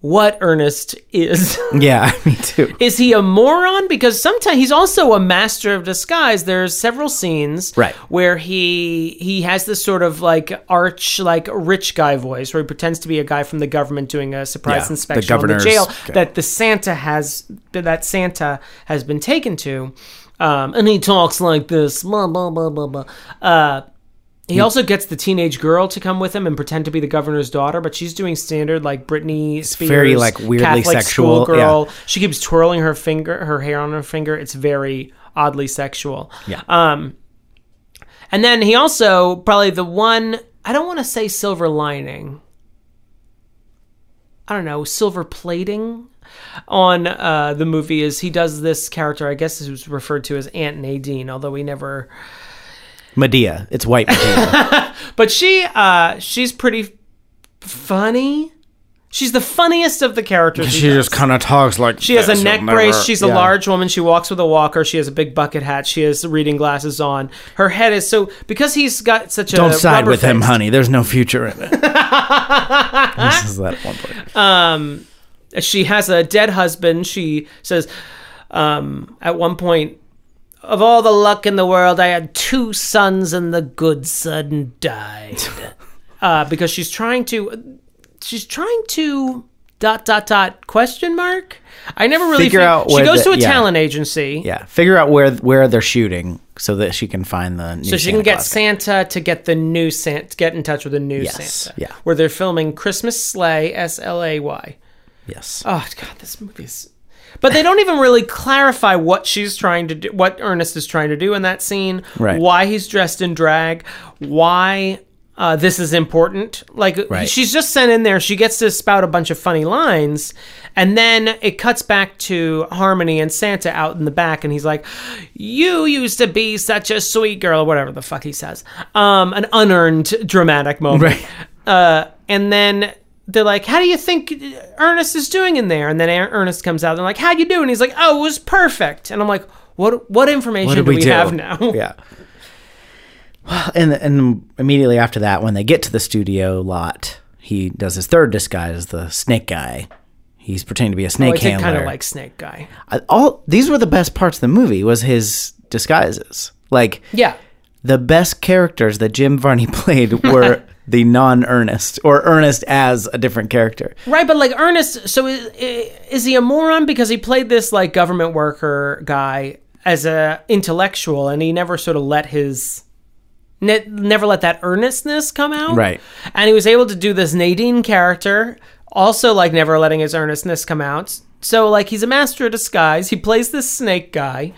Speaker 2: what Ernest is. (laughs)
Speaker 1: Yeah, (laughs) me too.
Speaker 2: is he a moron? Because sometimes he's also a master of disguise. There's several scenes
Speaker 1: Right.
Speaker 2: where he he has this sort of like arch, like rich guy voice, where he pretends to be a guy from the government doing a surprise
Speaker 1: Yeah, the
Speaker 2: inspection on the
Speaker 1: governor's
Speaker 2: jail
Speaker 1: guy.
Speaker 2: that the Santa has that Santa has been taken to, um, and he talks like this, blah blah blah blah blah. Uh, he also gets the teenage girl to come with him and pretend to be the governor's daughter, but she's doing standard like Britney Spears,
Speaker 1: very, like, weirdly
Speaker 2: Catholic
Speaker 1: sexual,
Speaker 2: schoolgirl. She keeps twirling her finger, her hair on her finger. It's very oddly sexual.
Speaker 1: Yeah.
Speaker 2: Um, and then he also probably the one I don't want to say silver lining. I don't know silver plating on uh, the movie is he does this character I guess who's referred to as Aunt Nadine, although we never
Speaker 1: Medea, it's white
Speaker 2: (laughs)
Speaker 1: Medea.
Speaker 2: but she uh she's pretty funny. She's the funniest of the characters. he does.
Speaker 1: kind of talks like
Speaker 2: She has a neck brace. She's a large woman. She walks with a walker. She has a big bucket hat. She has reading glasses on. Her head is so because he's got such a
Speaker 1: Don't side
Speaker 2: uh, rubber
Speaker 1: with him,
Speaker 2: face-
Speaker 1: honey. There's no future
Speaker 2: (laughs)
Speaker 1: in it. this is that one point.
Speaker 2: She has a dead husband. She says, um, at one point, of all the luck in the world, I had two sons, and the good son
Speaker 1: (laughs)
Speaker 2: died. uh, because she's trying to, she's trying to dot dot dot question mark. I never really
Speaker 1: Figure
Speaker 2: fig-
Speaker 1: out
Speaker 2: She
Speaker 1: where
Speaker 2: goes
Speaker 1: the-
Speaker 2: to a
Speaker 1: yeah.
Speaker 2: talent agency.
Speaker 1: Yeah, figure out where where they're shooting so that she can find the. New
Speaker 2: So she can get Santa to get the new Santa, to get in touch with the new
Speaker 1: Yes,
Speaker 2: Santa.
Speaker 1: yeah.
Speaker 2: Where they're filming Christmas Sleigh, S L A Y.
Speaker 1: Yes.
Speaker 2: Oh God, this movie's. But they don't even really clarify what she's trying to do, what Ernest is trying to do in that scene,
Speaker 1: Right.
Speaker 2: why he's dressed in drag, why uh, this is important. Like
Speaker 1: Right.
Speaker 2: she's just sent in there, she gets to spout a bunch of funny lines, and then it cuts back to Harmony and Santa out in the back, and he's like, "You used to be such a sweet girl," or whatever the fuck he says. Um, an unearned dramatic moment.
Speaker 1: Right.
Speaker 2: Uh, and then they're like, "How do you think Ernest is doing in there?" And then Er- Ernest comes out. And they're like, "How'd you do?" And he's like, "Oh, it was perfect." And I'm like, "What? What information
Speaker 1: What
Speaker 2: do
Speaker 1: did
Speaker 2: we,
Speaker 1: we do?
Speaker 2: have now?" (laughs)
Speaker 1: yeah. Well, and and immediately after that, when they get to the studio lot, he does his third disguise, the snake guy. He's pretending to be a
Speaker 2: I
Speaker 1: snake
Speaker 2: did kind
Speaker 1: handler.
Speaker 2: of like Snake Guy.
Speaker 1: I- all these were the best parts of the movie was his disguises. Like
Speaker 2: Yeah,
Speaker 1: the best characters that Jim Varney (laughs) played
Speaker 2: (laughs)
Speaker 1: were the non-Ernest or Ernest as a different character.
Speaker 2: right. But like Ernest, so is, is he a moron because he played this like government worker guy as a intellectual, and he never sort of let his. Ne- never let that earnestness come out.
Speaker 1: Right.
Speaker 2: And he was able to do this Nadine character, also like never letting his earnestness come out. So like he's a master of disguise. He plays this snake guy,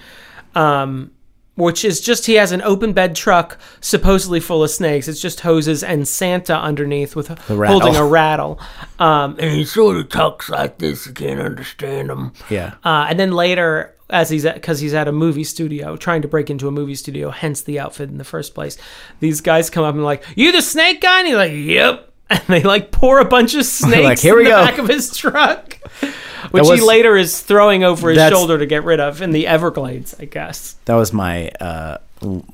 Speaker 2: um, which is just he has an open bed truck supposedly full of snakes. It's just hoses and Santa underneath with
Speaker 1: rattle.
Speaker 2: holding a rattle. Um, and he sort of talks like this. You can't understand him.
Speaker 1: Yeah.
Speaker 2: Uh, and then later, as he's at because he's at a movie studio trying to break into a movie studio hence the outfit in the first place these guys come up and like you the snake guy and he's like yep (laughs) and they like pour a bunch of
Speaker 1: (laughs)
Speaker 2: snakes
Speaker 1: Like, "Here
Speaker 2: in
Speaker 1: we
Speaker 2: the
Speaker 1: go."
Speaker 2: back of
Speaker 1: (laughs)
Speaker 2: his truck which
Speaker 1: was-
Speaker 2: he later is throwing over his
Speaker 1: That's-
Speaker 2: shoulder to get rid of in the everglades i guess
Speaker 1: That was my uh, w-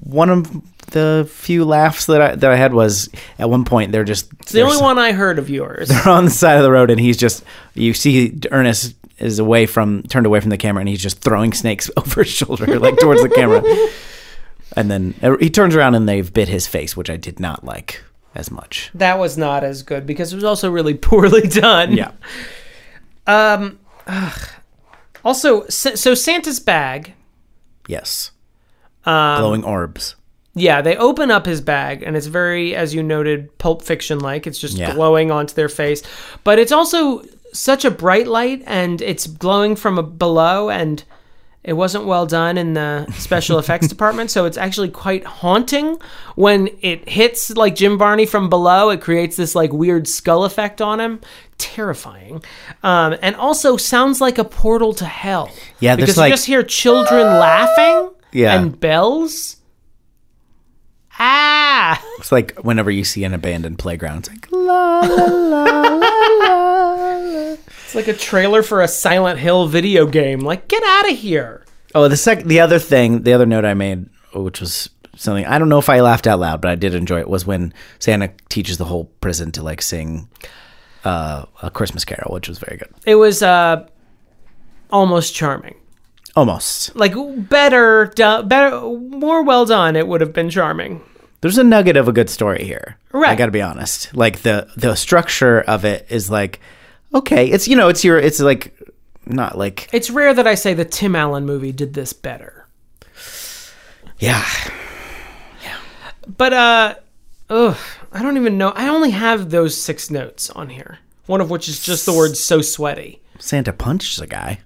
Speaker 1: one of the few laughs that I that I had was at one point they're just
Speaker 2: it's the only one i heard of
Speaker 1: (laughs)
Speaker 2: yours
Speaker 1: on the side of the road and he's just you see Ernest is away from turned away from the camera and he's just throwing snakes (laughs) over his shoulder like towards the (laughs) camera. And then uh, he turns around and they've bit his face, which I did not like as much.
Speaker 2: that was not as good because it was also really (laughs) poorly done
Speaker 1: Yeah.
Speaker 2: um ugh. also Sa- so santa's bag
Speaker 1: Yes. Glowing orbs.
Speaker 2: Yeah, they open up his bag, and it's very, as you noted, Pulp Fiction like. It's just
Speaker 1: Yeah.
Speaker 2: glowing onto their face, but it's also such a bright light, and it's glowing from a- below, and it wasn't well done in the
Speaker 1: (laughs)
Speaker 2: special effects department, so it's actually quite haunting when it hits like Jim Barney from below. It creates this like weird skull effect on him. Terrifying, um, and also sounds like a portal to hell.
Speaker 1: Yeah, there's
Speaker 2: because
Speaker 1: like-
Speaker 2: you just hear children laughing
Speaker 1: Yeah.
Speaker 2: and bells. Ah!
Speaker 1: It's like whenever you see an abandoned playground, it's like
Speaker 2: It's like a trailer for a Silent Hill video game. Like, get out of here.
Speaker 1: Oh, the sec- the other thing, the other note I made, which was something I don't know if I laughed out loud, but I did enjoy it, was when Santa teaches the whole prison to like sing uh, a Christmas carol, which was very good.
Speaker 2: It was uh, almost charming.
Speaker 1: Almost.
Speaker 2: Like, better, do- better, more well done, it would have been charming.
Speaker 1: There's a nugget of a good story here. I
Speaker 2: Right.
Speaker 1: got to be honest. Like the the structure of it is like okay, it's you know, it's your it's like not like
Speaker 2: It's rare that I say the Tim Allen movie did this better.
Speaker 1: yeah.
Speaker 2: But, uh, ugh, I don't even know. I only have those six notes on here, one of which is just the word so sweaty.
Speaker 1: Santa punches a guy.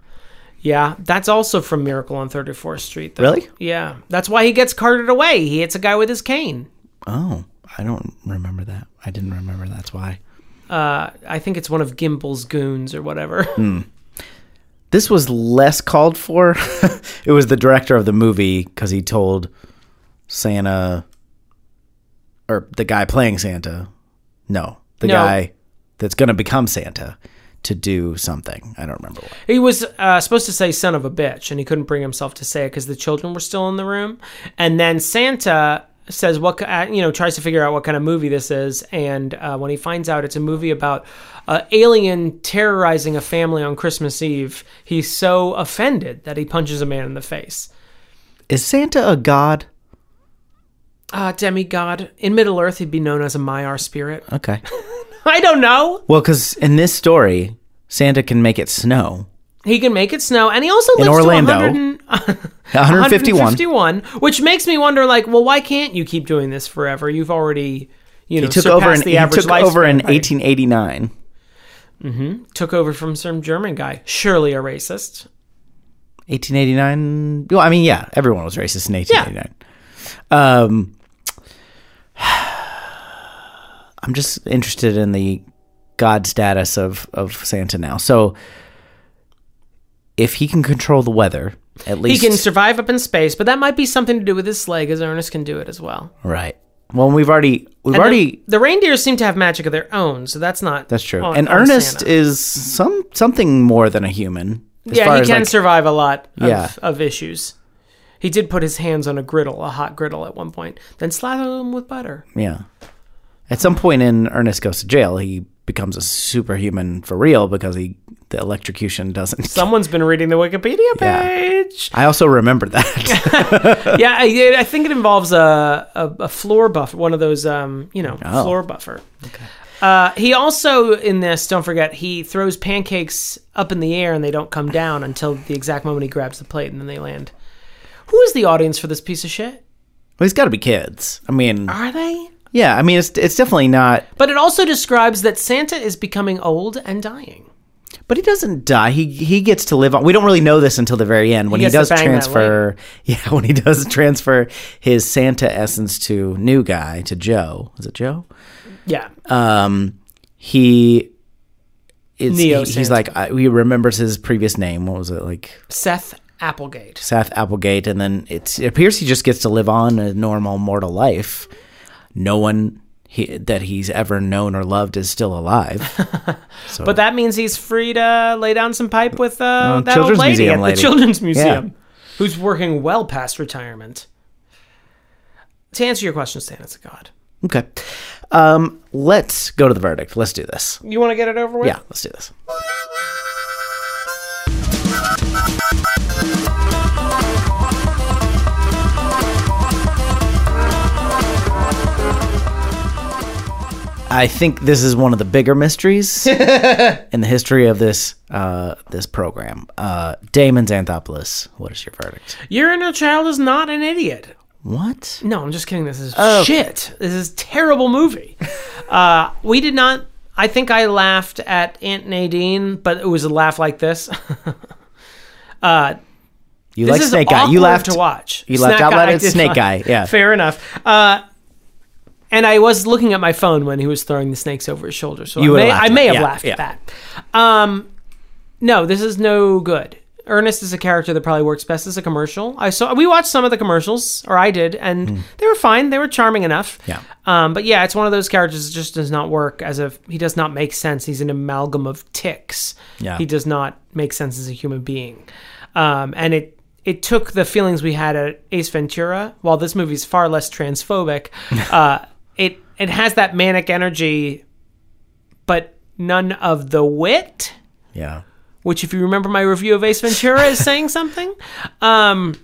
Speaker 2: Yeah, that's also from Miracle on 34th Street. Though.
Speaker 1: Really?
Speaker 2: Yeah. That's why he gets carted away. He hits a guy with his cane.
Speaker 1: Oh, I don't remember that. I didn't remember that's why.
Speaker 2: Uh, I think it's one of Gimbel's goons or whatever.
Speaker 1: this was less called for. (laughs) it was the director of the movie because he told Santa, or the guy playing Santa, no, the
Speaker 2: No.
Speaker 1: guy that's going to become Santa, to do something. I don't remember what.
Speaker 2: (laughs) he was uh, supposed to say son of a bitch, and he couldn't bring himself to say it because the children were still in the room. And then Santa says, what, ki- uh, you know, tries to figure out what kind of movie this is. And uh, when he finds out it's a movie about uh, alien terrorizing a family on Christmas Eve, he's so offended that he punches a man in the face.
Speaker 1: Is Santa a god?
Speaker 2: Ah, demigod. In Middle Earth, he'd be known as a Maiar spirit. (laughs)
Speaker 1: Okay.
Speaker 2: I don't know.
Speaker 1: (laughs) Well, because in this story, Santa can make it snow.
Speaker 2: He can make it snow, and he also lives
Speaker 1: Orlando.
Speaker 2: to 100
Speaker 1: (laughs)
Speaker 2: and-
Speaker 1: 151.
Speaker 2: 151, which makes me wonder, like, well, why can't you keep doing this forever? You've already, you know,
Speaker 1: He took
Speaker 2: surpassed
Speaker 1: over in,
Speaker 2: the
Speaker 1: he
Speaker 2: average
Speaker 1: took over
Speaker 2: lifespan,
Speaker 1: in
Speaker 2: right?
Speaker 1: 1889.
Speaker 2: Took over from some German guy, surely a racist.
Speaker 1: 1889. Well, I mean, yeah, everyone was racist in 1889. Um, (sighs) I'm just interested in the god status of of Santa now. So, if he can control the weather, at
Speaker 2: He
Speaker 1: least
Speaker 2: can survive up in space, but that might be something to do with his sleigh, because Ernest can do it as well.
Speaker 1: right. Well, we've already we've
Speaker 2: And
Speaker 1: already
Speaker 2: the, the reindeer seem to have magic of their own, so that's not
Speaker 1: that's true.
Speaker 2: on-
Speaker 1: and
Speaker 2: on
Speaker 1: Ernest
Speaker 2: Santa.
Speaker 1: is some something more than a human. As
Speaker 2: yeah,
Speaker 1: far
Speaker 2: he
Speaker 1: as,
Speaker 2: can
Speaker 1: like-
Speaker 2: survive a lot of,
Speaker 1: Yeah.
Speaker 2: of issues. He did put his hands on a griddle, a hot griddle at one point, then slather them with butter.
Speaker 1: Yeah. At some point in Ernest Goes to Jail, he becomes a superhuman for real because he the electrocution doesn't.
Speaker 2: Someone's been reading the Wikipedia
Speaker 1: Yeah.
Speaker 2: page. (laughs)
Speaker 1: I also remember that.
Speaker 2: yeah, I, I think it involves a, a, a floor buffer, one of those, um, you know,
Speaker 1: Oh.
Speaker 2: floor buffer. Uh, he also in this, don't forget, he throws pancakes up in the air and they don't come down until the exact moment he grabs the plate and then they land. Who is the audience for this piece of shit?
Speaker 1: well, he's got to be kids. I mean,
Speaker 2: Are they?
Speaker 1: yeah. I mean, it's it's definitely not.
Speaker 2: But it also describes that Santa is becoming old and dying.
Speaker 1: But he doesn't die. He he gets to live on. We don't really know this until the very end when he,
Speaker 2: gets to
Speaker 1: does
Speaker 2: bang that
Speaker 1: transfer. (laughs) Yeah, when he does transfer his Santa essence to new guy to Joe. Is it Joe?
Speaker 2: Yeah.
Speaker 1: Um, he it's,
Speaker 2: Neo
Speaker 1: he- he's
Speaker 2: Santa.
Speaker 1: like I, he remembers his previous name. What was it like?
Speaker 2: Seth Applegate.
Speaker 1: Seth Applegate, and then it's, it appears he just gets to live on a normal mortal life. No one he, that he's ever known or loved is still alive. (laughs) So,
Speaker 2: But that means he's free to lay down some pipe with uh, that old
Speaker 1: Children's
Speaker 2: lady
Speaker 1: Museum
Speaker 2: at the
Speaker 1: lady.
Speaker 2: Children's Museum, who's working well past retirement. To answer your question, Stan, it's a god.
Speaker 1: okay, um, let's go to the verdict. Let's do this.
Speaker 2: You want to get it over with?
Speaker 1: Yeah, let's do this. I think this is one of the bigger
Speaker 2: (laughs)
Speaker 1: mysteries in the history of this uh, this program. Uh, Damon Xanthopoulos, what is your verdict?
Speaker 2: Your inner child is not an idiot.
Speaker 1: What?
Speaker 2: No, I'm just kidding. This is
Speaker 1: Oh.
Speaker 2: shit. This is a
Speaker 1: (laughs)
Speaker 2: terrible movie. uh, we did not. I think I laughed at Aunt Nadine, but it was a laugh like this. (laughs)
Speaker 1: You
Speaker 2: This
Speaker 1: like
Speaker 2: is
Speaker 1: Snake Guy? You
Speaker 2: awkward
Speaker 1: laughed
Speaker 2: to watch.
Speaker 1: you laughed out loud
Speaker 2: I
Speaker 1: at
Speaker 2: did
Speaker 1: Snake
Speaker 2: not-
Speaker 1: Guy, yeah.
Speaker 2: fair enough. Uh, and I was looking at my phone when he was throwing the snakes over his shoulder, so
Speaker 1: You
Speaker 2: I
Speaker 1: would've
Speaker 2: may,
Speaker 1: laughed
Speaker 2: I
Speaker 1: at
Speaker 2: may
Speaker 1: it.
Speaker 2: have
Speaker 1: Yeah,
Speaker 2: laughed at that. Um, no, this is no good. Ernest is a character that probably works best as a commercial. I saw we watched some of the commercials, or I did, and they were fine. They were charming enough.
Speaker 1: Hmm. Yeah.
Speaker 2: Um, but yeah, it's one of those characters that just does not work as a he does not make sense. He's an amalgam of ticks.
Speaker 1: Yeah.
Speaker 2: He does not make sense as a human being. Um, and it it took the feelings we had at Ace Ventura, while this movie's far less transphobic, uh, it it has that manic energy, but none of the wit
Speaker 1: Yeah.
Speaker 2: which if you remember my review of Ace Ventura is saying something. Um,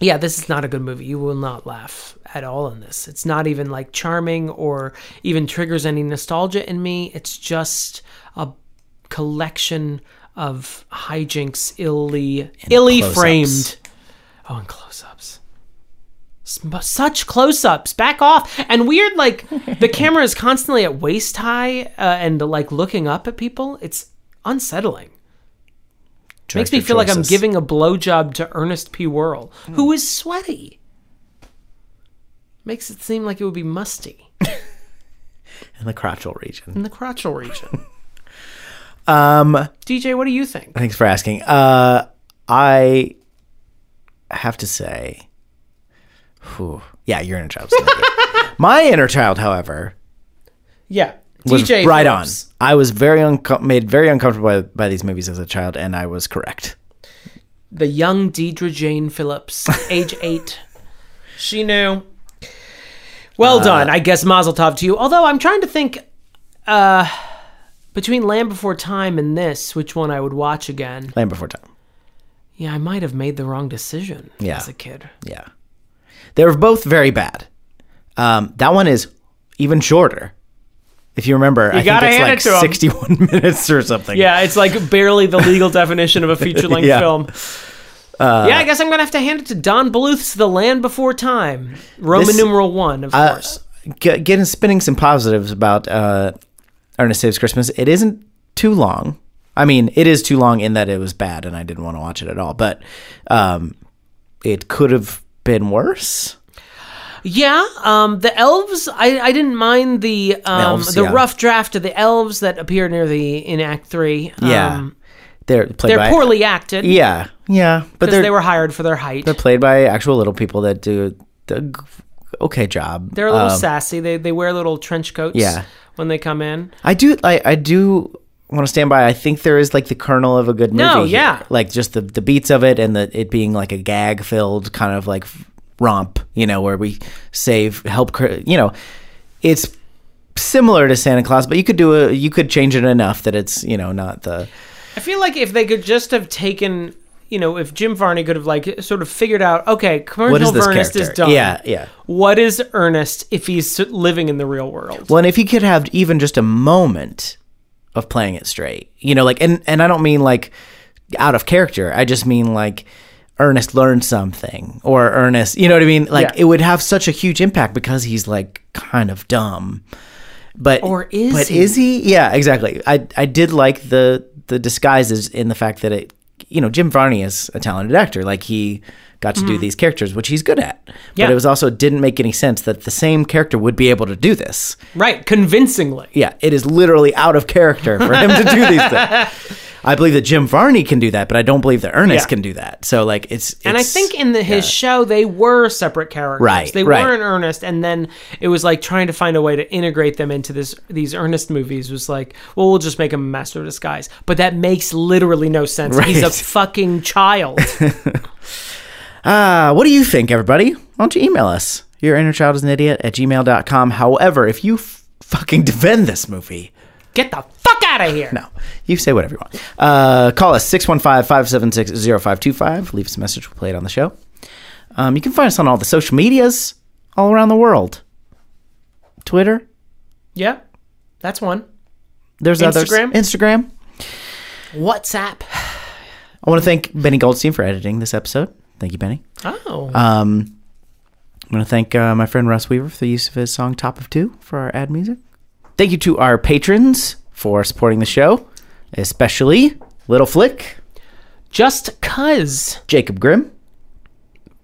Speaker 2: yeah, this is not a good movie. You will not laugh at all in this. It's not even like charming or even triggers any nostalgia in me. It's just a collection of hijinks, illy, illy
Speaker 1: close-ups.
Speaker 2: framed. Oh, and close-ups. Sm- Such close-ups. Back off. And weird, like the camera is constantly at waist high uh, and like looking up at people. It's unsettling. Makes me
Speaker 1: Director
Speaker 2: feel like I'm
Speaker 1: choices.
Speaker 2: giving a blowjob to Ernest P. Worrell, who is sweaty. Makes it seem like it would be musty
Speaker 1: in the crotchal region.
Speaker 2: in the crotchal region.
Speaker 1: (laughs)
Speaker 2: um,
Speaker 1: Um,
Speaker 2: DJ, what do you think?
Speaker 1: Thanks for asking. Uh, I have to say, whew, yeah, your inner child's not
Speaker 2: (laughs)
Speaker 1: good. My inner child, however,
Speaker 2: Yeah,
Speaker 1: was
Speaker 2: DJ,
Speaker 1: right
Speaker 2: Phillips.
Speaker 1: on. I was very unco- made very uncomfortable by, by these movies as a child, and I was correct.
Speaker 2: The young Deidre
Speaker 1: (laughs)
Speaker 2: Jane Phillips, age eight. She knew. Well
Speaker 1: Uh,
Speaker 2: done. I guess Mazel Tov to you. Although I'm trying to think uh, between Land Before Time and this, which one I would watch again.
Speaker 1: Land Before Time.
Speaker 2: Yeah, I might have made the wrong decision
Speaker 1: Yeah.
Speaker 2: as a kid.
Speaker 1: Yeah, they were both very bad. Um, that one is even shorter. If you remember, I think
Speaker 2: gotta
Speaker 1: it's
Speaker 2: hand
Speaker 1: like
Speaker 2: it to 'em.
Speaker 1: 61 (laughs) minutes or something.
Speaker 2: Yeah, it's like barely the legal definition of a feature
Speaker 1: (laughs)
Speaker 2: length
Speaker 1: Yeah. Uh,
Speaker 2: film. yeah, I guess I'm gonna have to hand it to Don Bluth's *The Land Before Time*, Roman
Speaker 1: This-
Speaker 2: numeral one, of course.
Speaker 1: get, getting spinning some positives about uh, Ernest Saves Christmas. It isn't too long. I mean, it is too long in that it was bad and I didn't want to watch it at all. But um, it could have been worse.
Speaker 2: Yeah, um, the elves. I, I didn't mind the um,
Speaker 1: Elves,
Speaker 2: the
Speaker 1: yeah.
Speaker 2: rough draft of the elves that appear near the in Act Three.
Speaker 1: Yeah,
Speaker 2: Um,
Speaker 1: they're played
Speaker 2: they're
Speaker 1: by,
Speaker 2: poorly acted.
Speaker 1: Yeah, yeah, but
Speaker 2: because
Speaker 1: they're
Speaker 2: they were hired for their height. They're,
Speaker 1: played by actual little people that do the g- okay job.
Speaker 2: a little
Speaker 1: Um,
Speaker 2: sassy. They they wear little trench coats.
Speaker 1: Yeah.
Speaker 2: when they come in.
Speaker 1: I do. I, I do want to stand by. I think there is like the kernel of a good movie.
Speaker 2: No,
Speaker 1: here.
Speaker 2: yeah.
Speaker 1: Like just the the beats of it and the it being like a gag filled kind of like romp. You know, where we save help. cr- You know, it's similar to Santa Claus, but you could do a you could change it enough that it's you know not the
Speaker 2: I feel like if they could just have taken, you know, if Jim Varney could have like sort of figured out, okay, commercial
Speaker 1: what is this
Speaker 2: Ernest
Speaker 1: character?
Speaker 2: is done.
Speaker 1: Yeah, yeah.
Speaker 2: What is Ernest if he's living in the real world?
Speaker 1: Well, and if he could have even just a moment of playing it straight, you know, like, and and I don't mean like out of character. I just mean like Ernest learned something, or Ernest, you know what I mean? Like,
Speaker 2: Yeah.
Speaker 1: it would have such a huge impact because he's like kind of dumb. But
Speaker 2: Or is
Speaker 1: but
Speaker 2: he?
Speaker 1: is he? Yeah, exactly. I I did like the the disguises in the fact that it, you know, Jim Varney is a talented actor. Like he got to do these characters, which he's good at.
Speaker 2: Mm-hmm. Yeah.
Speaker 1: But it was also didn't make any sense that the same character would be able to do this.
Speaker 2: Right, convincingly.
Speaker 1: Yeah, it is literally out of character for him to do these things.
Speaker 2: (laughs)
Speaker 1: I believe that Jim Varney can do that, but I don't believe that Ernest
Speaker 2: Yeah.
Speaker 1: can do that. So like it's,
Speaker 2: And I
Speaker 1: it's-
Speaker 2: think in the, his show they were separate characters.
Speaker 1: Right,
Speaker 2: They
Speaker 1: right.
Speaker 2: were in Ernest, and then it was like trying to find a way to integrate them into this these Ernest movies was like, well, we'll just make him a master of disguise. But that makes literally no
Speaker 1: (laughs)
Speaker 2: sense. He's a
Speaker 1: Right.
Speaker 2: fucking
Speaker 1: (laughs)
Speaker 2: child.
Speaker 1: Uh, what do you think, everybody? Why don't you email us? Your inner child is an idiot at gmail.com. However, if you f- fucking defend this movie,
Speaker 2: Get the fuck out of here.
Speaker 1: no, you say whatever you want. Uh, call us 615 576 0525. Leave us a message. We'll play it on the show. Um, you can find us on all the social medias all around the world Twitter,
Speaker 2: Yeah, that's one.
Speaker 1: there's others.
Speaker 2: Instagram?
Speaker 1: Instagram.
Speaker 2: WhatsApp.
Speaker 1: I want to thank Benny Goldstein for editing this episode. Thank you, Benny.
Speaker 2: Oh,
Speaker 1: Um, I'm going to thank uh, my friend Russ Weaver for the use of his song Top of Two for our ad music. Thank you to our patrons for supporting the show, especially Little Flick,
Speaker 2: just cuz
Speaker 1: Jacob Grimm,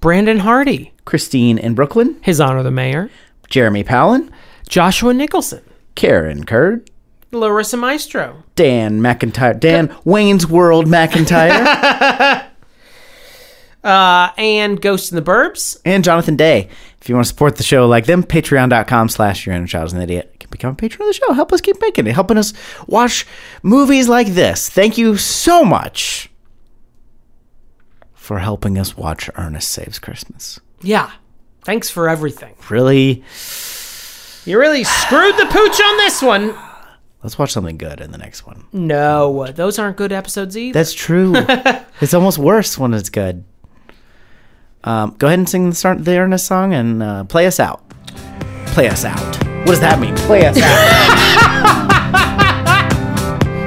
Speaker 2: Brandon Hardy,
Speaker 1: Christine in Brooklyn,
Speaker 2: His Honor the Mayor,
Speaker 1: Jeremy Palin,
Speaker 2: Joshua Nicholson,
Speaker 1: Karen Kurd,
Speaker 2: Larissa Maestro,
Speaker 1: Dan McIntyre, Dan Wayne's World McIntyre,
Speaker 2: uh, and Ghost in the Burbs.
Speaker 1: and Jonathan Day. If you want to support the show like them, patreon.com slash your inner child is an idiot. You can become a patron of the show. Help us keep making it, helping us watch movies like this. Thank you so much for helping us watch Ernest Saves Christmas.
Speaker 2: Yeah. Thanks for everything.
Speaker 1: Really,
Speaker 2: You really screwed the pooch on this one.
Speaker 1: let's watch something good in the next one.
Speaker 2: Mm. No, those aren't good episodes either.
Speaker 1: That's true. it's almost worse when it's good. Um, go ahead and sing the, start, the Ernest song and uh, play us out. Play us out. What does that mean? Play us out.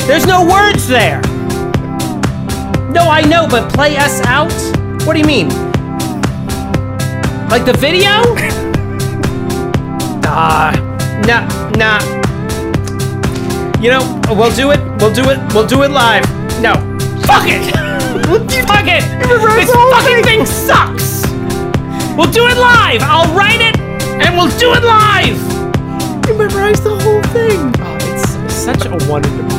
Speaker 2: There's no words there. No, I know, but play us out? What do you mean? Like the video? (laughs) Nah. Nah, nah. You know, we'll do it. We'll do it. We'll do it live. No. Fuck it! (laughs) Fuck it! This fucking thing sucks! We'll do it live! I'll write it and we'll do it live! You memorized the whole thing! Oh, it's such a wonder to